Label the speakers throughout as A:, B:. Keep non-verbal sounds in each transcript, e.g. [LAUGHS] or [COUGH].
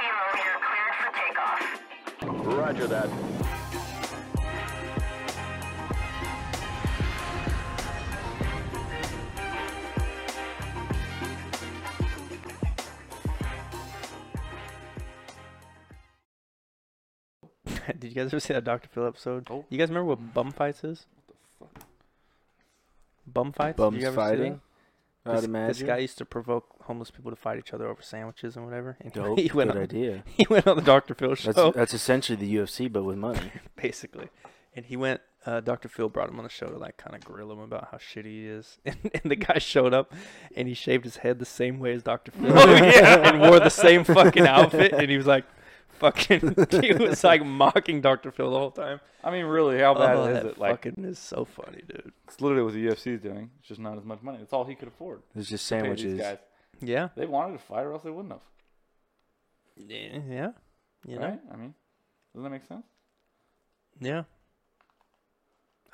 A: Kilo, you're cleared for takeoff.
B: Roger that.
C: [LAUGHS] Did you guys ever see that Dr. Phil episode?
D: Oh.
C: You guys remember what bum fights is? Bum fights? Did
D: Bums
C: you ever see
D: fighting.
C: it?
D: I'd
C: This,
D: imagine.
C: this guy used to provoke homeless people to fight each other over sandwiches and whatever. And [LAUGHS] he-
D: Dope.
C: He went
D: Good
C: on,
D: idea.
C: He went on the Dr.
D: [LAUGHS]
C: Phil show,
D: That's that's essentially the UFC, but with money.
C: [LAUGHS] basically. And he went. Uh, Dr. Phil brought him on the show to like kind of grill him about how shitty he is. [LAUGHS] And, and the guy showed up, and he shaved his head the same way as Dr. Phil, [LAUGHS]
D: [LAUGHS]
C: and wore the same fucking outfit. And he was like, fucking, [LAUGHS] he was like mocking Dr. Phil the whole time.
E: I mean, really, how bad
C: oh,
E: is
C: that
E: it? Like,
C: fucking is so funny, dude.
E: it's literally what the UFC's doing. It's just not as much money. That's all he could afford.
D: It's just
E: to pay These
D: sandwiches.
E: guys.
C: Yeah.
E: They wanted to fight, or else they wouldn't have.
C: Yeah. Yeah. You know?
E: Right? I mean, doesn't that make sense?
C: Yeah.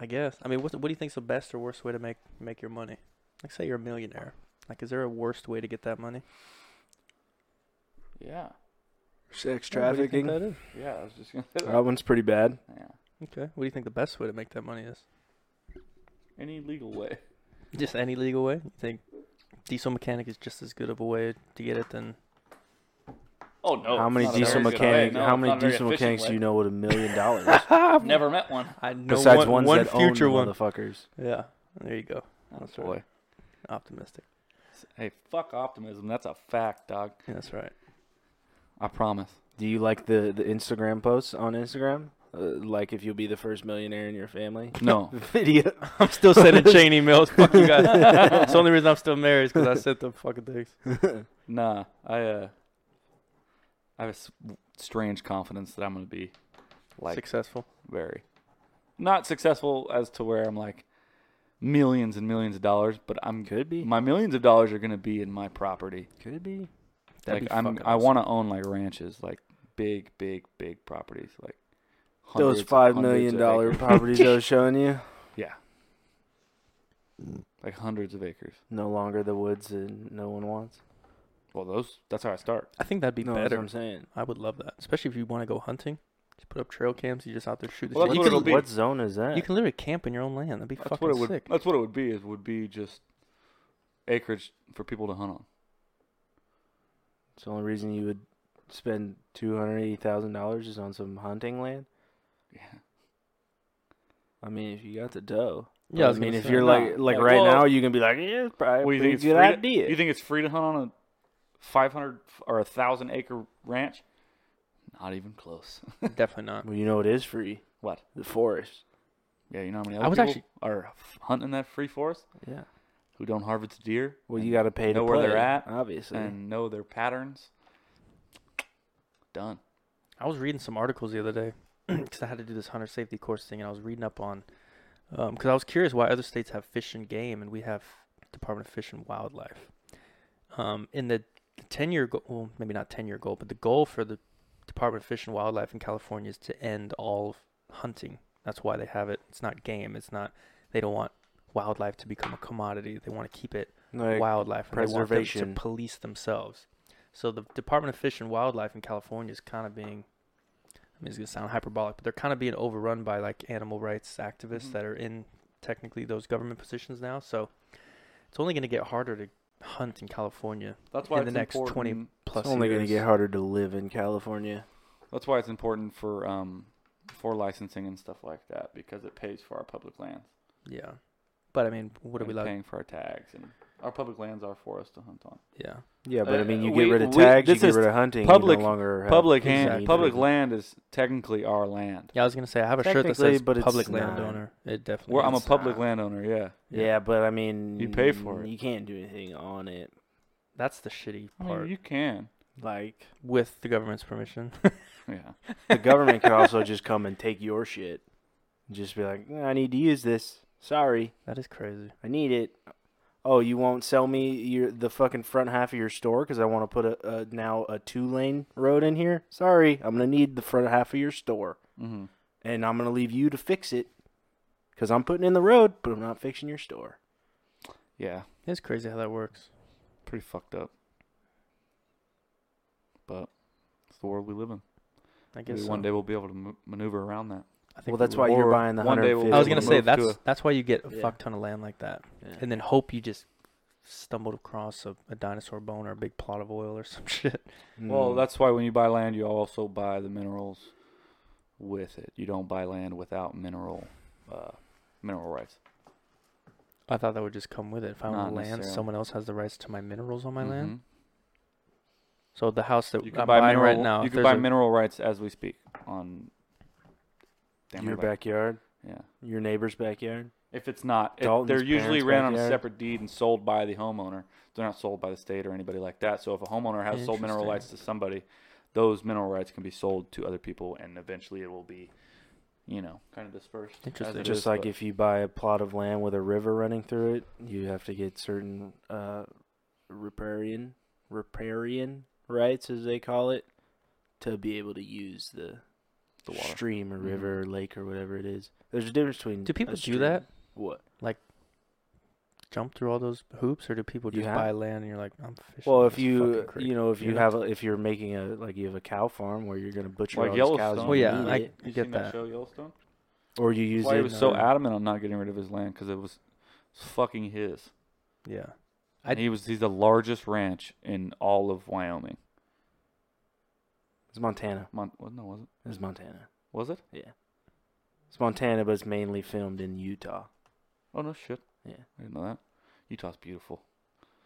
C: I guess. I mean, what what do you think's the best or worst way to make make your money? Like, say you're a millionaire. Like, is there a worst way to get that money?
E: Yeah.
D: Sex
C: Yeah, what do you think
D: trafficking.
C: that is?
E: Yeah, I was just gonna say that.
D: That one's pretty bad.
E: Yeah.
C: Okay. What do you think the best way to make that money is?
E: Any legal way.
C: Just any legal way? You think diesel mechanic is just as good of a way to get it than?
E: Oh no.
D: how
E: it's
D: many
E: not a
D: diesel
E: very good
D: mechanics?
E: way. No,
D: how
E: it's
D: many
E: not a very
D: diesel
E: efficient
D: mechanics
E: way.
D: do you know with
E: [LAUGHS]
D: a million dollars?
E: I've never met
D: [LAUGHS]
E: one.
C: I know
D: Besides
C: one,
D: ones
C: one
D: that
C: future
D: own
C: one.
D: motherfuckers.
C: yeah. There you go. That's
E: Oh,
C: right.
E: boy.
C: Optimistic.
E: Hey, fuck optimism. That's a fact, dog.
C: Yeah, that's right.
E: I promise.
D: Do you like the the Instagram posts on Instagram? Uh, like if you'll be the first millionaire in your family? [LAUGHS]
E: No.
D: Video.
C: [LAUGHS] I'm still
E: [LAUGHS]
C: sending chain emails. Fuck you guys. It's the only reason I'm still married is because I sent them fucking things.
E: Nah, I uh, I have a s- strange confidence that I'm gonna be like
C: Successful.
E: very not successful as to where I'm like millions and millions of dollars, but I'm
D: Could be.
E: my millions of dollars are gonna be in my property.
D: Could be.
C: That'd
E: like
C: be
E: I'm,
C: fucking
E: I
C: awesome.
E: want to own like ranches, like big, big, big properties, like
D: Those
E: hundreds-
D: five
E: hundreds
D: million
E: of
D: dollar
E: acres. [LAUGHS]
D: properties I was showing you,
E: yeah, like hundreds of acres.
D: no longer the woods that no one wants.
E: Well, those that's how I start.
C: I think that'd be
D: no, that's
C: better.
D: what I'm saying.
C: I would love that, especially if you want to go hunting. Just put up trail cams. You just out there shoot the
E: Well,
C: shit.
E: that's
C: You
E: what
C: can,
E: it'll be.
D: What zone is that?
C: you can literally camp in your own land. That'd be
E: That's
C: fucking
E: what it would.
C: sick.
E: That's what it would be. It would be just acreage for people to hunt on.
D: It's the only reason you would spend two hundred eighty thousand dollars is on some hunting land.
E: Yeah.
D: I mean, if you got the dough.
C: Yeah, I
D: I,
C: was
D: mean,
C: gonna
D: if
C: say.
D: you're
E: Nah,
D: like like
E: like,
D: right
E: well-
D: now, you can be like, yeah, it's probably
E: Well,
D: a
E: you think
D: pretty
E: it's
D: good
E: free to-
D: idea.
E: you think it's free to hunt on a 500 f- or a thousand acre ranch? Not even close. [LAUGHS]
C: Definitely not.
D: well, you know it is free.
E: What?
D: The forest.
E: Yeah, you know how many
C: I
E: other
C: was
E: people
C: actually-
E: are f- hunting in that free forest
D: Yeah.
E: who don't harvest deer
D: Well, you got to pay to
E: Know where they're
D: play,
E: at
D: obviously.
E: and know their patterns. Done.
C: I was reading some articles the other day [CLEARS THROAT] because I had to do this hunter safety course thing, and I was reading up on because I was curious why other states have fish and game and we have Department of Fish and Wildlife. Um, in the the ten year goal, well, maybe not ten year goal, but the goal for the Department of Fish and Wildlife in California is to end all hunting. That's why they have it. It's not game. It's not. They don't want wildlife to become a commodity. They want to keep it
D: Like,
C: wildlife and they want them
D: preservation.
C: to police themselves. So the Department of Fish and Wildlife in California is kind of being I mean it's gonna sound hyperbolic, but they're kind of being overrun by like animal rights activists
E: Mhm.
C: that are in technically those government positions now. So it's only gonna get harder to hunt in California
E: That's why
C: in the
E: it's
C: next
E: important.
C: twenty plus
D: It's only going to
C: years.
D: get harder to live in California.
E: That's why it's important for um for licensing and stuff like that because it pays for our public lands.
C: Yeah. But I mean what are
E: and
C: we like
E: paying for our tags and our public lands are for us to hunt on.
C: yeah.
D: Yeah, but I
E: Uh,
D: mean, you
E: we-
D: get rid of
E: we-
D: tags, you
E: this
D: get
E: is
D: rid of hunting,
E: public-
D: you no longer have
E: Public hand,
C: Exactly.
E: public land is technically our land.
C: Yeah, I was gonna say I have a shirt that
D: Technically,
C: says
D: but it's
C: public
D: not.
C: landowner. It definitely
E: Where I'm a
C: is.
E: public
D: not.
E: landowner, yeah.
C: Yeah.
D: Yeah. but I mean,
E: You pay for it.
D: You can't do anything on it,
C: that's the shitty
E: I mean,
C: part
E: you can.
D: like.
C: with the government's permission. [LAUGHS]
E: Yeah.
D: The government could also just come and take your shit. And Just be like, "Nah, I need to use this. Sorry,
C: that is crazy.
D: I need it. Oh, you won't sell me your the fucking front half of your store because I want to put a, a now a two lane road in here. Sorry, I'm gonna need the front half of your store,
E: Mm-hmm.
D: and I'm gonna leave you to fix it because I'm putting in the road, but I'm not fixing your store.
E: Yeah.
C: It's crazy how that works.
E: Pretty fucked up. But the world we live in.
C: I guess
E: Maybe
C: so.
E: one day we'll be able to m- maneuver around that.
C: I think
D: Well,
C: we
D: that's
C: will.
D: why you're
E: Or
D: buying the
E: one day we'll-
C: I was
E: we'll
C: gonna
E: move
C: say
E: to
C: that's
E: a-
C: that's why you get a
E: Yeah.
C: fuck ton of land like that,
E: Yeah.
C: and then hope you just stumbled across a, a dinosaur bone or a big plot of oil or some [LAUGHS] shit.
D: Mm.
E: Well, that's why when you buy land, you also buy the minerals with it. You don't buy land without mineral uh, mineral rights.
C: I thought that would just come with it. If I own
E: Not
C: the land,
E: necessarily.
C: someone else has the rights to my minerals on my
D: Mm-hmm.
C: land.
E: Mhm.
C: So the house that
E: You
C: I'm
E: can buy
C: buying
E: mineral,
C: right now,
E: You
C: if
E: can buy
C: there's a-
E: mineral rights as we speak on. Damn
D: your
E: it, like-
D: backyard,
E: Yeah.
D: your neighbor's backyard.
E: If it's not, it-
D: Dalton's
E: they're usually
D: parents'
E: ran on a
D: backyard.
E: separate deed and sold by the homeowner. They're not sold by the state or anybody like that. So if a homeowner has sold mineral
C: Interesting.
E: rights to somebody, those mineral rights can be sold to other people, and eventually it will be, you know, kind of dispersed. as
C: Interesting.
E: it
D: Just
E: is,
D: like
E: but-
D: if you buy a plot of land with a river running through it, you have to get certain uh, riparian riparian rights, as they call it, to be able to use the,
E: The water.
D: stream or
E: Mhm.
D: river or lake or whatever it is. There's a difference between.
C: Do
D: a
C: people do
D: stream-
C: that?
D: What?
C: jump through all those hoops, or do people
D: You
C: just
D: have-
C: buy land and you're like, I'm fishing?
D: Well,
C: in
D: if
C: this
D: you
C: fucking creek.
D: you know if you
C: You're
D: have a, if you're making a like you have a cow farm where you're gonna butcher
E: Like
D: all these cows,
E: Yellowstone.
D: you
C: Well, yeah,
D: eat
C: I-
D: it,
C: You You get seen that that.
E: show Yellowstone?
D: or you use
E: Why he
D: it.
E: was so
C: uh,
E: adamant on not getting rid of his land because it was it's fucking his.
C: yeah, I-
E: And he was he's the largest ranch in all of Wyoming.
D: It's Montana.
E: Mon- well, no, was it?
D: It's Montana.
E: Was it?
D: It's Montana, but it's mainly filmed in Utah.
E: Oh no, shit.
D: Yeah.
E: I didn't know that. Utah's beautiful.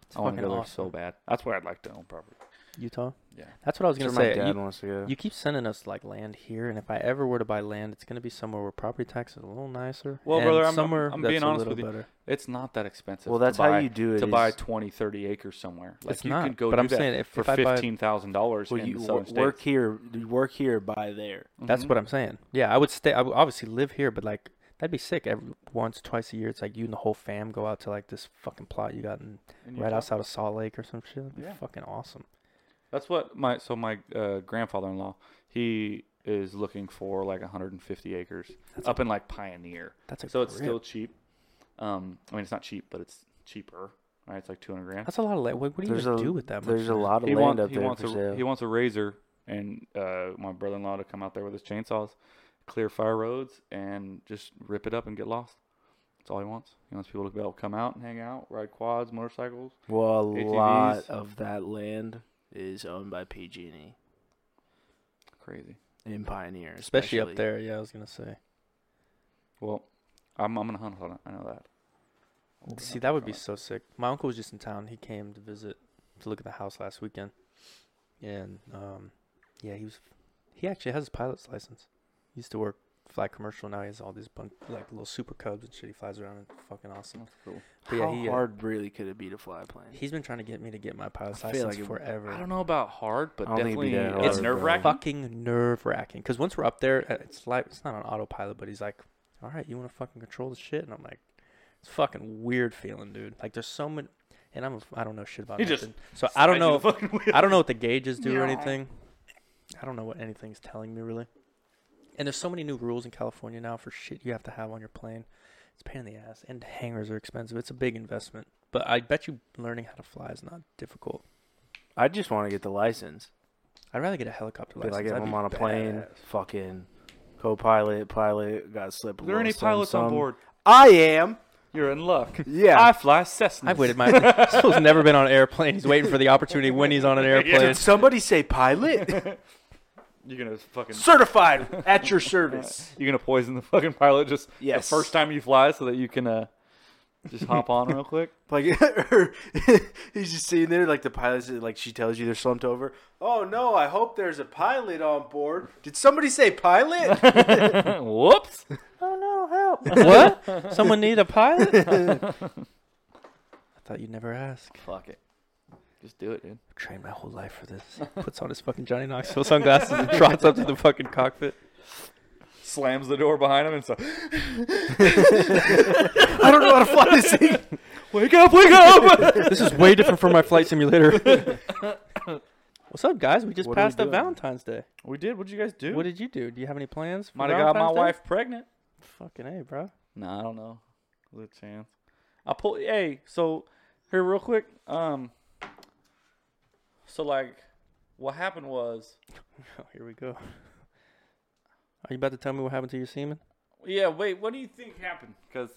C: it's
E: I want to
C: fucking
E: go there
C: awesome.
E: so bad. That's where I'd like to own property.
C: Utah.
E: Yeah.
C: That's what I was
D: That's
C: gonna
D: where
C: say.
D: my
C: You-
D: dad wants to go.
C: You keep sending us like land here, and if I ever were to buy land, it's gonna be somewhere where property tax is a little nicer.
E: Well,
C: and
E: brother, I'm- I'm-
C: somewhere
E: I'm
C: that's
E: being
C: a
E: honest
C: little
E: with you. Mm-hmm.
C: better.
E: It's not that expensive.
D: well,
E: to
D: that's how
E: buy-
D: you do it.
E: to buy
D: is-
E: 20, 30 acres somewhere. Like
C: it's
E: you
C: not.
E: can go
C: but
E: do
C: I'm
E: that
C: saying if,
E: for
C: if I buy,
E: fifteen thousand dollars
D: Well,
E: in
D: you
E: the
D: wor-
E: southern
D: work
E: states.
D: here, you work here, buy there.
C: that's
E: Mhm.
C: what I'm saying. Yeah, I would stay. I would obviously live here, but like that'd be sick. Every once, twice a year, it's like you and the whole fam go out to like this fucking plot you got in,
E: In
C: right
E: Utah.
C: outside of Salt Lake or some shit. That'd be
E: Yeah.
C: fucking awesome.
E: That's what my so my uh, grandfather-in-law he is looking for like 150 acres
C: That's
E: up in like Pioneer.
C: That's a
E: So it's
C: grip.
E: still cheap. Um, I mean it's not cheap, but it's cheaper. Right, it's like 200 grand.
C: That's a lot of land. What, what do you
D: There's
C: even
D: a-
C: do with that much?
D: There's a
C: land?
D: lot of
E: He,
D: land
E: want,
D: up
E: he
D: there
E: wants
D: for
E: a
D: sale.
E: he wants a razor and uh, my brother-in-law to come out there with his chainsaws, clear fire roads, and just rip it up and get lost. That's all he wants. He wants people to be able to come out and hang out, ride quads, motorcycles.
D: well, a
E: ATVs.
D: lot of that land is owned by PG&E
E: Crazy.
D: E and Pioneer,
C: especially up there. Yeah, I was gonna say.
E: Well, I'm I'm gonna hunt on it. I know that. I will
C: See,
E: hunt
C: that would
E: on
C: be
E: it.
C: so sick. My uncle was just in town. He came to visit to look at the house last weekend, and um, yeah, he was. He actually has his pilot's license. He used to work fly commercial. Now he has all these bun- like little super cubs and shit. He flies around and fucking awesome.
E: That's cool.
C: But
D: How
C: yeah, he, uh,
D: hard really could it be to fly a plane?
C: He's been trying to get me to get my pilot's
D: I feel
C: license
D: like it-
C: forever.
E: I don't know about hard, but
D: I don't think it'd be
E: definitely
D: that
E: it's
C: hard,
E: nerve
D: bro.
E: wracking.
C: fucking nerve wracking. Because once we're up there, uh, it's like it's not on autopilot, but he's like, "All right, you want to fucking control the shit," and I'm like, "It's fucking weird feeling, dude. Like there's so many." And I'm a, I don't know shit about
E: He just
C: nothing. so I don't know. I
E: I
C: don't know what the gauges do or
A: Yeah.
C: anything. I don't know what anything's telling me really. And there's so many new rules in California now for shit you have to have on your plane. It's a pain in the ass, and hangars are expensive. It's a big investment, but I bet you learning how to fly is not difficult.
D: I just want to get the license.
C: I'd rather get a helicopter
D: Be
C: license.
D: like if
C: That'd
D: I'm
C: be
D: on a plane,
C: badass.
D: fucking co-pilot, pilot, got to slip. A
E: Are there
D: little
E: any
D: something,
E: pilots on
D: something.
E: board?
D: I am.
E: You're in luck.
D: [LAUGHS] Yeah.
E: I fly Cessna.
C: I've waited my. [LAUGHS] This fool's never been on an airplane. He's waiting for the opportunity when he's [LAUGHS] on an airplane.
D: Did somebody say [LAUGHS] pilot?
E: You're gonna fucking.
D: Certified at your [LAUGHS] service.
E: You're gonna poison the [LAUGHS] fucking pilot just
D: Yes.
E: the first time you fly, so that you can uh, [LAUGHS] just hop on real quick.
D: Like [LAUGHS] he's just sitting there, like the pilot's like she tells you they're slumped over. Oh no! I hope there's a pilot on board. Did somebody say pilot?
E: [LAUGHS] Whoops.
D: oh no! Help!
C: what? Someone need a pilot? [LAUGHS] I thought you'd never ask.
E: Fuck it. Just do it, [LAUGHS] dude.
C: I've trained my whole life for this. Puts on his fucking Johnny Knoxville sunglasses and trots up to the fucking cockpit.
E: Slams the door behind him and so.
D: I don't know how to fly this thing.
E: Wake up! Wake [LAUGHS] up!
C: [LAUGHS] This is way different from my flight simulator.
E: [LAUGHS]
C: What's up, guys? We just
D: What are we
C: passed up
D: doing?
C: Valentine's Day.
E: we did. What'd you guys do?
C: What did you do? Do you have any plans? for
E: Might have got my
C: Valentine's Day?
E: wife pregnant.
C: Fucking a, bro. [LAUGHS]
E: No, I don't know. There's a chance. I pull. Hey, so here real quick. Um. So like, What happened was,
C: Oh, here we go. Are you about to tell me what happened to your semen?
E: yeah. Wait, what do you think happened? Because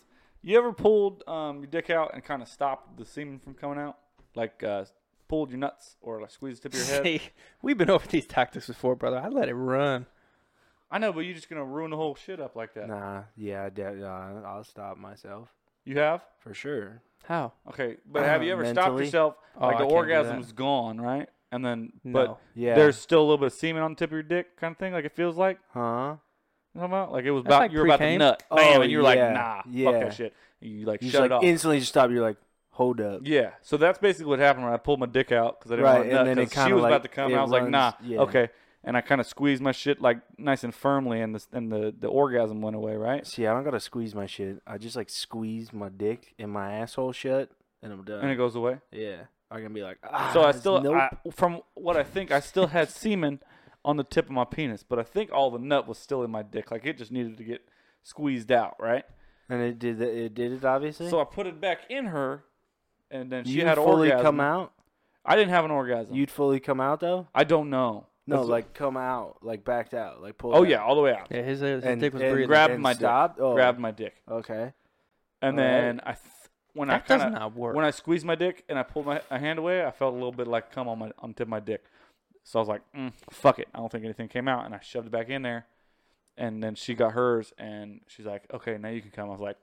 E: you ever pulled um, your dick out and kind of stopped the semen from coming out, like uh, pulled your nuts or like squeezed the tip of [LAUGHS] your
C: [LAUGHS]
E: head.
C: Hey, we've been over these tactics before, brother. I let it run.
E: I know, but you're just gonna ruin the whole shit up like that.
D: Nah, yeah, de- nah, I'll stop myself
E: You have.
D: for sure.
C: How?
E: Okay, but have you ever stopped
D: Mentally?
E: yourself?
C: Uh, Oh,
E: like
C: I
E: the
C: can't do
E: orgasm's
C: that.
E: gone, right? And then, but
C: No.
D: Yeah.
E: there's still a little bit of semen on the tip of your dick, kind of thing. Like it feels like.
D: huh?
E: You know what I'm about? Like it was
C: That's
E: about
C: like
E: you were about to
C: pre-came.
E: nut, bam,
D: Oh,
E: and you're
D: yeah,
E: like, nah, fuck
D: yeah.
E: that shit. And you like
D: You
E: shut
D: just
E: it off.
D: like instantly just stop. You're like, hold up.
E: yeah, so that's basically what happened when I pulled my dick out because I didn't
D: Right,
E: want to
D: and
E: nut
D: then it
E: 'cause she
D: kinda
E: was
D: like-
E: about to come, and
D: it
E: I was like,
D: runs-
E: nah,
D: yeah.
E: okay. And I kind of squeezed my shit like nice and firmly, and the and the, the orgasm went away, right?
D: See, I don't gotta squeeze my shit. I just like squeeze my dick and my asshole shut, and I'm done.
E: And it goes away.
D: yeah, I can be like, ah,
E: So I still,
D: nope.
E: I, from what I think, I still had semen on the tip of my penis, but I think all the nut was still in my dick. Like it just needed to get squeezed out, right?
D: and it did. The, it did it obviously.
E: So I put it back in her, and then she
D: you
E: had an
D: fully
E: orgasm.
D: come out.
E: I didn't have an orgasm.
D: You'd fully come out though.
E: I don't know.
D: No,
E: That's-
D: like come out, like backed out, like pulled.
E: oh
D: out.
E: yeah, all the way out.
C: Yeah, his, his
D: and,
C: dick was
D: and,
C: breathing.
E: Grabbed
D: and
E: my dick.
D: stopped. Oh,
E: Grabbed my dick,
D: Okay.
E: and
D: All right.
E: then I th- when I
C: that
E: kinda,
C: does not work.
E: when I squeezed my dick and I pulled my a hand away, I felt a little bit like cum on my on the tip of my dick. So I was like, mm, fuck it, I don't think anything came out, and I shoved it back in there. And then she got hers, and she's like, okay, now you can come. I was like,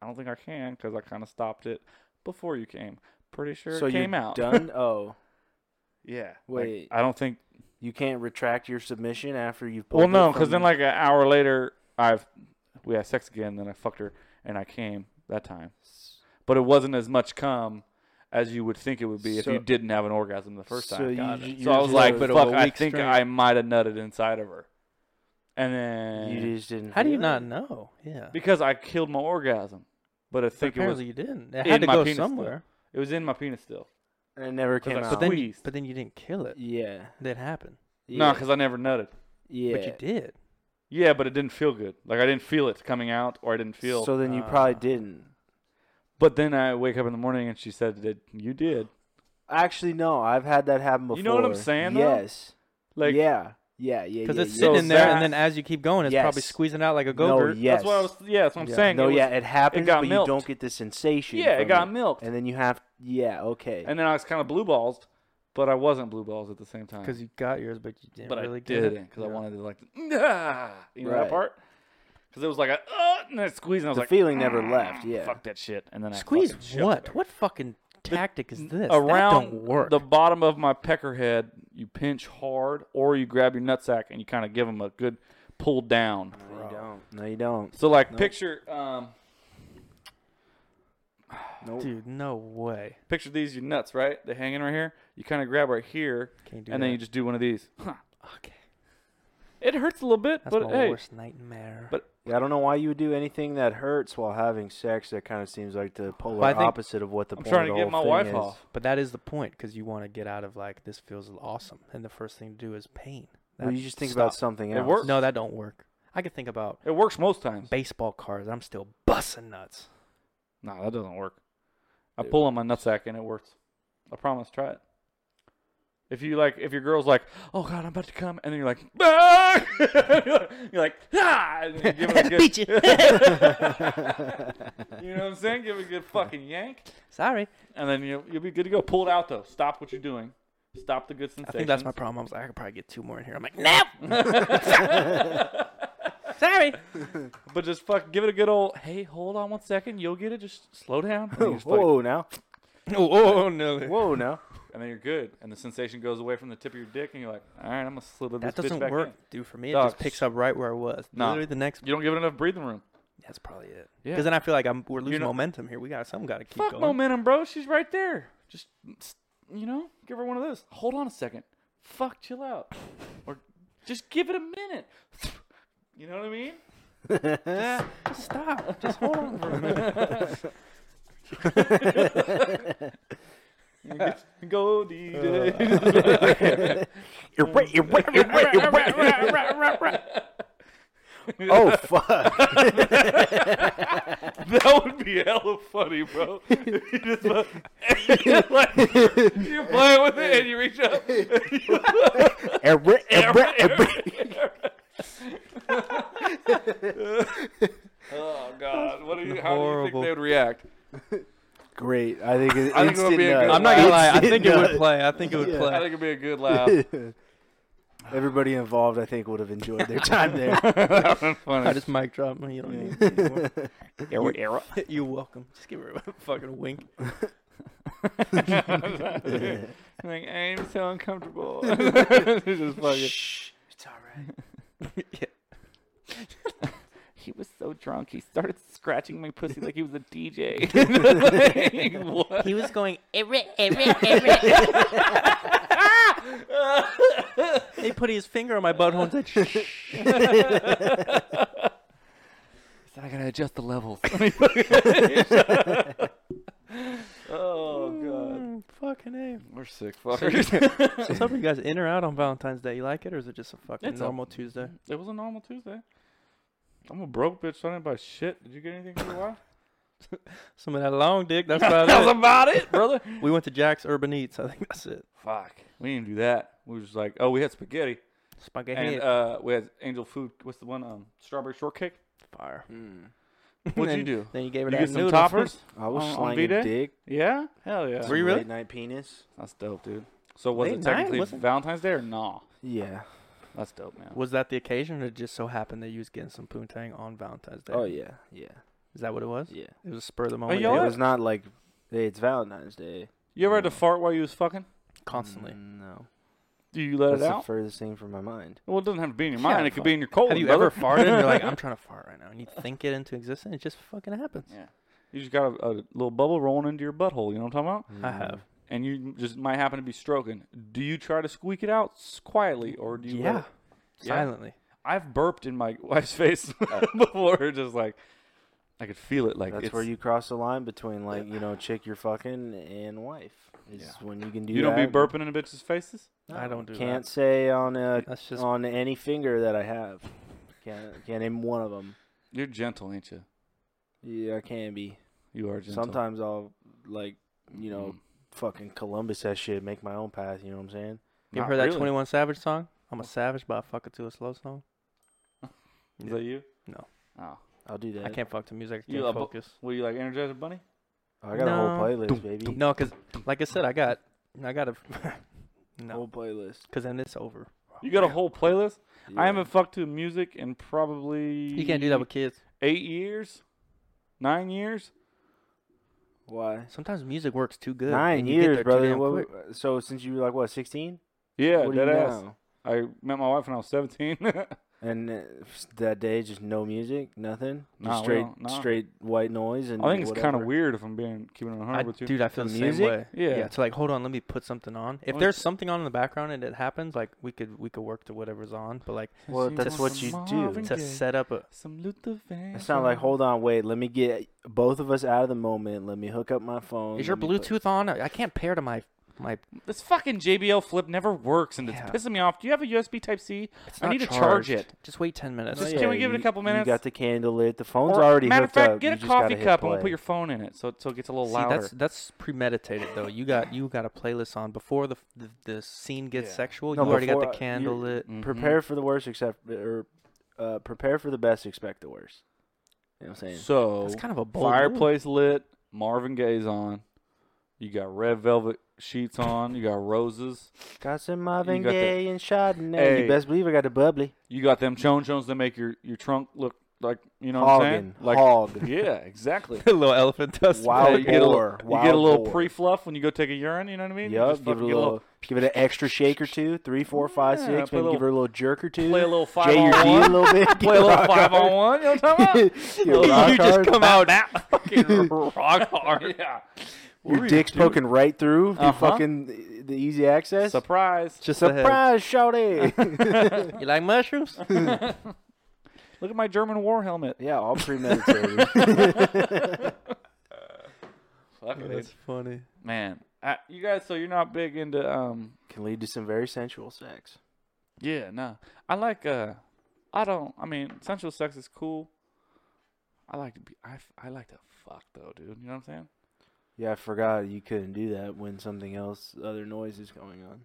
E: I don't think I can because I kind of stopped it before you came. Pretty sure
D: so
E: it came
D: you're
E: out.
D: done.
E: yeah.
D: Oh,
E: [LAUGHS] Like,
D: Wait.
E: I don't think
D: you can't retract your submission after you've.
E: Well,
D: pulled
E: no,
D: it
E: because
D: from-
E: then like an hour later, I've we had sex again. Then I fucked her, and I came that time. But it wasn't as much cum as you would think it would be if you
D: So-
E: didn't have an orgasm the first
D: So
E: time.
D: you-
E: Got
D: you
E: it.
D: just
E: so I was like,
D: a
E: fuck,
D: bit
C: of a
E: I
C: weak
E: think
C: string.
E: I might have nutted inside of her, and
D: you
E: then
D: just didn't.
C: How do you
D: feel
C: not
D: it?
C: know? Yeah.
E: because I killed my orgasm, but I
C: But
E: think it was
C: apparently you didn't. It
E: in
C: had to
E: my
C: go
E: penis though.
C: somewhere.
E: it was in my penis still.
D: And it never
E: 'Cause
D: came
E: I
D: out.
C: But then, you-
E: Squeezed.
C: but then you didn't kill it.
D: yeah.
C: That happened.
E: No, 'cause
D: yeah.
E: No, because I never nutted.
D: yeah.
C: But you did.
E: Yeah, but it didn't feel good. Like I didn't feel it coming out, or I didn't feel.
D: So then you
C: Ah.
D: probably didn't.
E: but then I wake up in the morning and she said that you did.
D: Actually, no. I've had that happen before.
E: You know what I'm saying, though?
D: Yes.
E: Like
D: yeah. Yeah. Yeah.
C: Because
D: yeah,
C: it's
D: yeah.
C: sitting
E: So
C: in there, and
E: that's-
C: then as you keep going, it's probably
D: Yes.
C: squeezing out like a
D: no.
C: go-gurt.
D: Yes.
E: That's what I was. Yeah, that's what I'm saying.
D: No.
E: It was-
D: yeah. It happens,
E: got
D: but
E: milked.
D: you don't get the sensation.
E: yeah, it
D: from
E: got milked, and,
D: And then you have. Yeah. Okay.
E: then I was kind of blue balls, but I wasn't blue balls at the same time.
C: Because you got yours, but you didn't
E: but
C: really
E: I
C: get it.
E: didn't because I wanted to like, nah, you know that
D: Right.
E: part. Because it was like, a, uh, and then it squeezed, and I was
D: the
E: like, "Ah,
D: feeling never left. Yeah.
E: fuck that shit, and then I
C: Squeeze
E: fucking shoved it
C: what?
E: back.
C: What fucking tactic is this? that
E: Around
C: don't work.
E: the bottom of my pecker head, you pinch hard, or you grab your nutsack and you kind of give them a good pull down.
D: No, you don't. No, you don't.
E: So like,
D: No.
E: picture, um,
D: Nope.
C: Dude, no way.
E: picture these your nuts, right? They hanging right here. You kind of grab right here,
C: Can't do
E: and
C: that.
E: then you just do one of these.
C: okay.
E: It hurts a little bit,
C: That's
E: but
C: my
E: hey,
C: worst nightmare.
E: but-
D: Yeah, I don't know why you would do anything that hurts while having sex. That kind of seems like the polar
C: I think-
D: opposite of what the
E: I'm
D: point
E: trying
D: of
E: to
D: the
E: get my
D: whole thing
E: wife
D: is.
E: off.
C: but that is the point, because you want to get out of like this feels awesome, and the first thing to do is pain.
D: Well,
C: That-
D: you just think
C: stop.
D: about something
E: It
D: else.
E: works.
C: No, that don't work. I could think about
E: It works most times.
C: baseball cards. I'm still busting nuts.
E: Nah, that doesn't work. I
D: Dude.
E: pull on my nutsack and it works. I promise. Try it. If you like, if your girl's like, "Oh God, I'm about to come," and then you're like, [LAUGHS] "Ah!" you're like, "Ah!" and then
C: [LAUGHS]
E: you give it a good,
C: Beat you.
E: [LAUGHS]
C: [LAUGHS]
E: you know what I'm saying? Give it a good fucking yank,
C: Sorry.
E: and then you'll you'll be good to go. Pull it out though. Stop what you're doing. Stop the good sensation.
C: I think that's my problem. I was like, I could probably get two more in here. I'm
E: [LAUGHS]
C: like, nope. Sorry.
E: But just fuck, give it a good old. Hey, hold on one second. You'll get it. Just slow down. And, you just fucking-
D: Whoa now.
C: [LAUGHS] Oh, no.
D: Whoa
C: [LAUGHS]
D: now.
E: and then you're good. And the sensation goes away from the tip of your dick, and you're like, all right, I'm gonna slither this
C: That
E: bitch
C: doesn't
E: back
C: work,
E: in.
C: dude. For me, it
E: Dog,
C: just picks up right where I was.
E: nah.
C: Literally the next.
E: You don't give it enough breathing room.
C: That's probably it.
E: Yeah.
C: Because then I feel like I'm we're losing
E: not-
C: momentum here. We got some got to keep
E: Fuck
C: going.
E: momentum, bro. She's right there. Just, you know, give her one of those. Hold on a second. Fuck, chill out. Or just give it a minute. You know what I mean?
C: [LAUGHS] Stop. Just hold on for a minute. [LAUGHS]
E: Go DJ.
C: Uh.
D: [LAUGHS] oh
C: [LAUGHS]
D: fuck!
E: [LAUGHS] That would be hella funny, bro. [LAUGHS] you just [LAUGHS] like, like, you're playing with it and you reach up.
D: Every- every- every-
E: [LAUGHS] oh God! What do you? How do you
C: Horrible.
E: think they would react?
D: Great. I think it,
E: [LAUGHS] I think it would
D: instant
E: be a good laugh.
C: I'm
D: nut.
C: not gonna lie. I
D: Instant
C: think it would
D: nut.
C: play. I think it would
D: Yeah.
E: I
C: play.
E: think it'd be a good
C: [LAUGHS]
E: laugh. [LAUGHS]
D: [LAUGHS] Everybody involved, I think, would have enjoyed their
E: [LAUGHS]
D: time there.
E: that would
C: I
E: funny. [LAUGHS]
C: just mic drop. You don't need it anymore.
E: Era, era.
C: [LAUGHS] You're welcome. Just give her a [LAUGHS] fucking wink.
E: like I am so
C: [LAUGHS]
E: uncomfortable. It's just fucking-
D: Shh, it's all right.
E: he was so drunk. He started scratching my pussy like he was a DJ. Like, what?
C: He was going. He put his finger on my butthole and said, "Shh."
E: [LAUGHS] He's not gonna adjust the
C: [LAUGHS]
E: levels. [LAUGHS] oh god,
C: Mm, Fucking a.
E: we're sick
C: So
E: fuckers.
C: you- What's up, you guys? In or out on Valentine's Day? You like it, or is it just a fucking
E: It's a- Mm.
C: normal Tuesday?
E: It was a normal Tuesday. I'm a broke bitch. So I didn't buy shit. Did you get anything for your wife?
C: Some of [LAUGHS] that long
E: [LAUGHS]
C: dick. That's about
E: That's
C: it.
E: about it, brother.
C: We went to Jack's Urban Eats. I think that's it.
E: Fuck, we didn't do that. We was just like, oh, we had spaghetti
C: Spaghetti
E: and uh, we had angel food. What's the one? Um, strawberry shortcake.
C: [LAUGHS] fire.
D: Hmm.
E: What'd you
C: Then-
E: do?
C: Then you gave her
E: You
C: that
E: get some
C: noodle.
E: toppers.
D: I was
E: On- on
D: slanging
E: V-Day?
D: dick.
E: Yeah, hell yeah.
C: Were you really?
D: Late night penis.
E: That's dope, dude. So was it
C: Late night,
E: technically
C: wasn't-
E: Valentine's Day or nah?
D: Yeah.
E: That's dope, man.
C: Was that the occasion, or it just so happened that you was getting some poontang on Valentine's Day?
D: Oh yeah. Yeah.
C: Is that what it was?
D: Yeah.
C: It was a spur of the moment.
E: you know
D: It
E: what?
C: deal?
D: was not like hey, it's Valentine's Day.
E: You ever had to fart while you was fucking?
C: constantly.
D: Mm, No.
E: Do you let
D: That's
E: it
D: the
E: out?
D: furthest thing from my mind.
E: well, it doesn't have to be in your
C: Yeah,
E: mind. it could be in your colon.
C: Have you
E: brother.
C: ever farted? and You're like,
E: [LAUGHS]
C: I'm trying to fart right now, and you think it into existence. It just fucking happens.
E: Yeah. You just got a, a little bubble rolling into your butthole. You know what I'm talking about?
C: I
D: Mm-hmm.
C: have.
E: And you just might happen to be stroking. Do you try to squeak it out s- quietly, or do you? let
C: yeah.
E: it- Yeah.
C: Silently.
E: I've burped in my [LAUGHS] wife's face
C: Uh.
E: [LAUGHS] before, just like I could feel it. Like
D: That's
E: it's-
D: where you cross the line between like, you know, chick you're fucking and wife. Is
E: Yeah.
D: when you can do
E: You don't be
D: that.
E: burping in bitches' faces.
C: I don't do
D: Can't
C: that.
D: say on uh,
C: That's just
D: on any finger that I have. Can't can't name one of them.
E: You're gentle, ain't you?
D: Yeah, I can be.
E: You are gentle.
D: Sometimes I'll like you know
E: Mm.
D: fucking Columbus that shit, make my own path. You know what I'm saying?
C: You
E: Not
C: ever heard that
E: really.
C: 21 Savage song? I'm a savage, but I fuck it to a slow song.
E: Is that you?
C: No.
E: Oh.
D: I'll do that.
C: I can't fuck to music. I
E: You
C: can't
E: a bu-
C: focus.
E: Were you like Energizer Bunny?
D: Oh, I got a whole
C: No.
D: playlist, baby.
C: No, because like I said, I got, I got a, [LAUGHS] no,
D: Whole playlist.
C: because then it's over.
E: You got a whole playlist? I
D: Yeah.
E: haven't fucked to music in probably
C: You can't do that with kids.
E: eight years, nine years.
D: Why?
C: Sometimes music works too good.
D: Nine
C: and you get
D: years,
C: there too
D: brother.
C: damn
D: What,
C: quick.
D: so since you were like what, 16?
E: Yeah,
D: what
E: dead
D: do you
E: ass.
D: know?
E: I met my wife when I was seventeen. [LAUGHS]
D: And uh, that day, just no music, nothing, just
E: Nah, we
D: straight
E: don't- nah.
D: straight white noise. And
E: I think it's kind
D: whatever.
E: of weird if I'm being keeping it on
C: I,
E: hundred with you.
C: dude, I feel
D: The
C: the,
D: music?
C: same way.
E: Yeah.
C: yeah. So like, hold on, let me put something on. If
E: Well,
C: there's something on in the background and it happens, like we could we could work to whatever's on. But like
D: Well,
E: Some
D: that's what you
E: Marvin
D: do.
E: Gaye,
C: to set up a
E: Some Luther
D: It's not like, hold on, wait, let me get both of us out of the moment. Let me hook up my phone.
C: is your
D: let me put-
C: Bluetooth on? I can't pair to my my.
E: This fucking JBL flip never works, and
C: Yeah.
E: it's pissing me off. Do you have a USB Type C?
C: It's
E: I
C: not
E: need to charge
C: charged.
E: it.
C: Just wait ten minutes.
E: Just- can we give it a
D: Oh, you-
E: couple
D: You
E: minutes?
D: got the candle lit. The phone's
E: Or-
D: already
E: matter of
D: hooked
E: fact,
D: up.
E: get
D: you
E: a
D: just gotta
E: coffee
D: hit
E: cup and we'll
D: play.
E: put your phone in it, so so it gets a little
C: See,
E: louder.
C: that's that's premeditated though. You got you got a playlist on before the the, the scene gets
E: Yeah.
C: sexual.
D: No,
C: you already got the
D: before, uh,
C: candle lit.
E: Mhm.
D: prepare for the worst, except or uh, prepare for the best, expect the worst. You know what I'm saying?
E: So
C: That's kind of a bold move.
E: Fireplace lit, Marvin Gaye's on. You got red velvet sheets on. You got roses.
D: Got some Marvin
E: got the-
D: Gaye and Chardonnay.
E: Hey.
D: You best believe I got the bubbly.
E: You got them chon chons that make your, your trunk look like you know what I'm saying.
D: Hogging.
E: Like
D: [LAUGHS] Hog.
E: yeah, exactly.
C: a little elephant dust.
D: Wild
E: Yeah, you [LAUGHS] get a little,
D: boar,
E: you
D: wild
E: get a little
D: boar.
E: pre-fluff when you go take a urine. You know what I mean? You
D: Yup.
E: just
D: Give it a
E: fucking
D: little,
E: get
D: Give it an extra shake or two. Three, four, five, six.
E: Yeah, play a
D: Maybe give
E: little-
D: her a little jerk or two.
E: play a little five
D: J
E: on
D: your D
E: one.
D: a
E: [LAUGHS]
D: little bit.
E: play a little five
D: [LAUGHS]
E: on one. You know what I'm talking about? [LAUGHS]
D: Your rock
C: you
D: hard.
C: just come out now.
E: fucking rock
D: [LAUGHS]
E: hard. Yeah. What were
D: Your
E: you
D: dick's
E: doing?
D: poking right through through
E: Uh-huh.
D: fucking the, the easy access.
E: Surprise!
C: Just the head.
E: [LAUGHS]
D: Surprise, [LAUGHS] shouty!
C: You like mushrooms? [LAUGHS]
E: Look at my German war
D: [LAUGHS]
E: helmet. [LAUGHS]
D: yeah, all premeditated.
E: Fuck it, dude.
C: funny.
E: man. I, you guys, so you're not big into um
D: Can lead to some very sensual sex.
E: Yeah, no. I like uh I don't. I mean, sensual sex is cool. I like to be. I, f- I like to fuck though, dude. You know what I'm saying?
D: Yeah, I forgot you couldn't do that when something else, other noise is going on.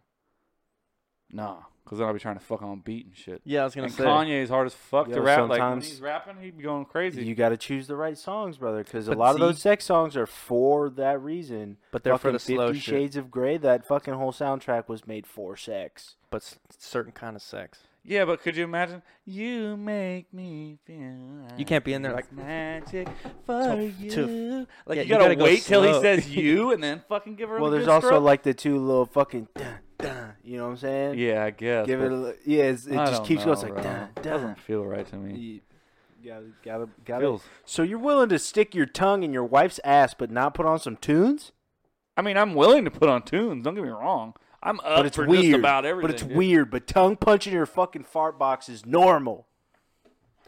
E: Nah, because then I'll be trying to fuck on beat and shit.
C: Yeah, I was gonna
E: And
C: say.
E: Kanye is hard as fuck
D: Yo,
E: to rap. Like when
D: sometimes-
E: he's rapping, he'd be going crazy.
D: You got to choose the right songs, brother, because a
C: But
D: lot
C: see-
D: of those sex songs are for that reason.
C: but they're for
D: fucking
C: the slow
D: Fifty
C: shit.
D: Shades of Grey, that fucking whole soundtrack was made for sex.
C: But s- certain kind of sex.
E: yeah, but could you imagine? You make me feel.
C: You can't be in there
E: it's
C: like-
E: magic for
C: To-
E: you.
C: to-
E: like
C: Yeah,
E: you
C: you
E: gotta,
C: gotta go
E: wait till he
C: slow.
D: [LAUGHS]
E: says you, and then fucking give her. a
D: well, there's
E: good
D: also
E: stroke.
D: like the two little fucking, dun, dun, you know what I'm saying?
E: Yeah, I guess.
D: Give it,
E: but
D: a, li- yeah. It's, it
E: I
D: just
E: don't
D: keeps
E: know,
D: going. It's like
E: bro.
D: dun, dun.
E: doesn't feel right to me.
D: You gotta, gotta, gotta.
E: Feels.
D: So you're willing to stick your tongue in your wife's ass, but not put on some tunes?
E: I mean, I'm willing to put on tunes. Don't get me wrong. I'm up
D: but it's
E: for
D: weird.
E: just about everything.
D: but it's
E: dude.
D: weird. But tongue punching your fucking fart box is normal.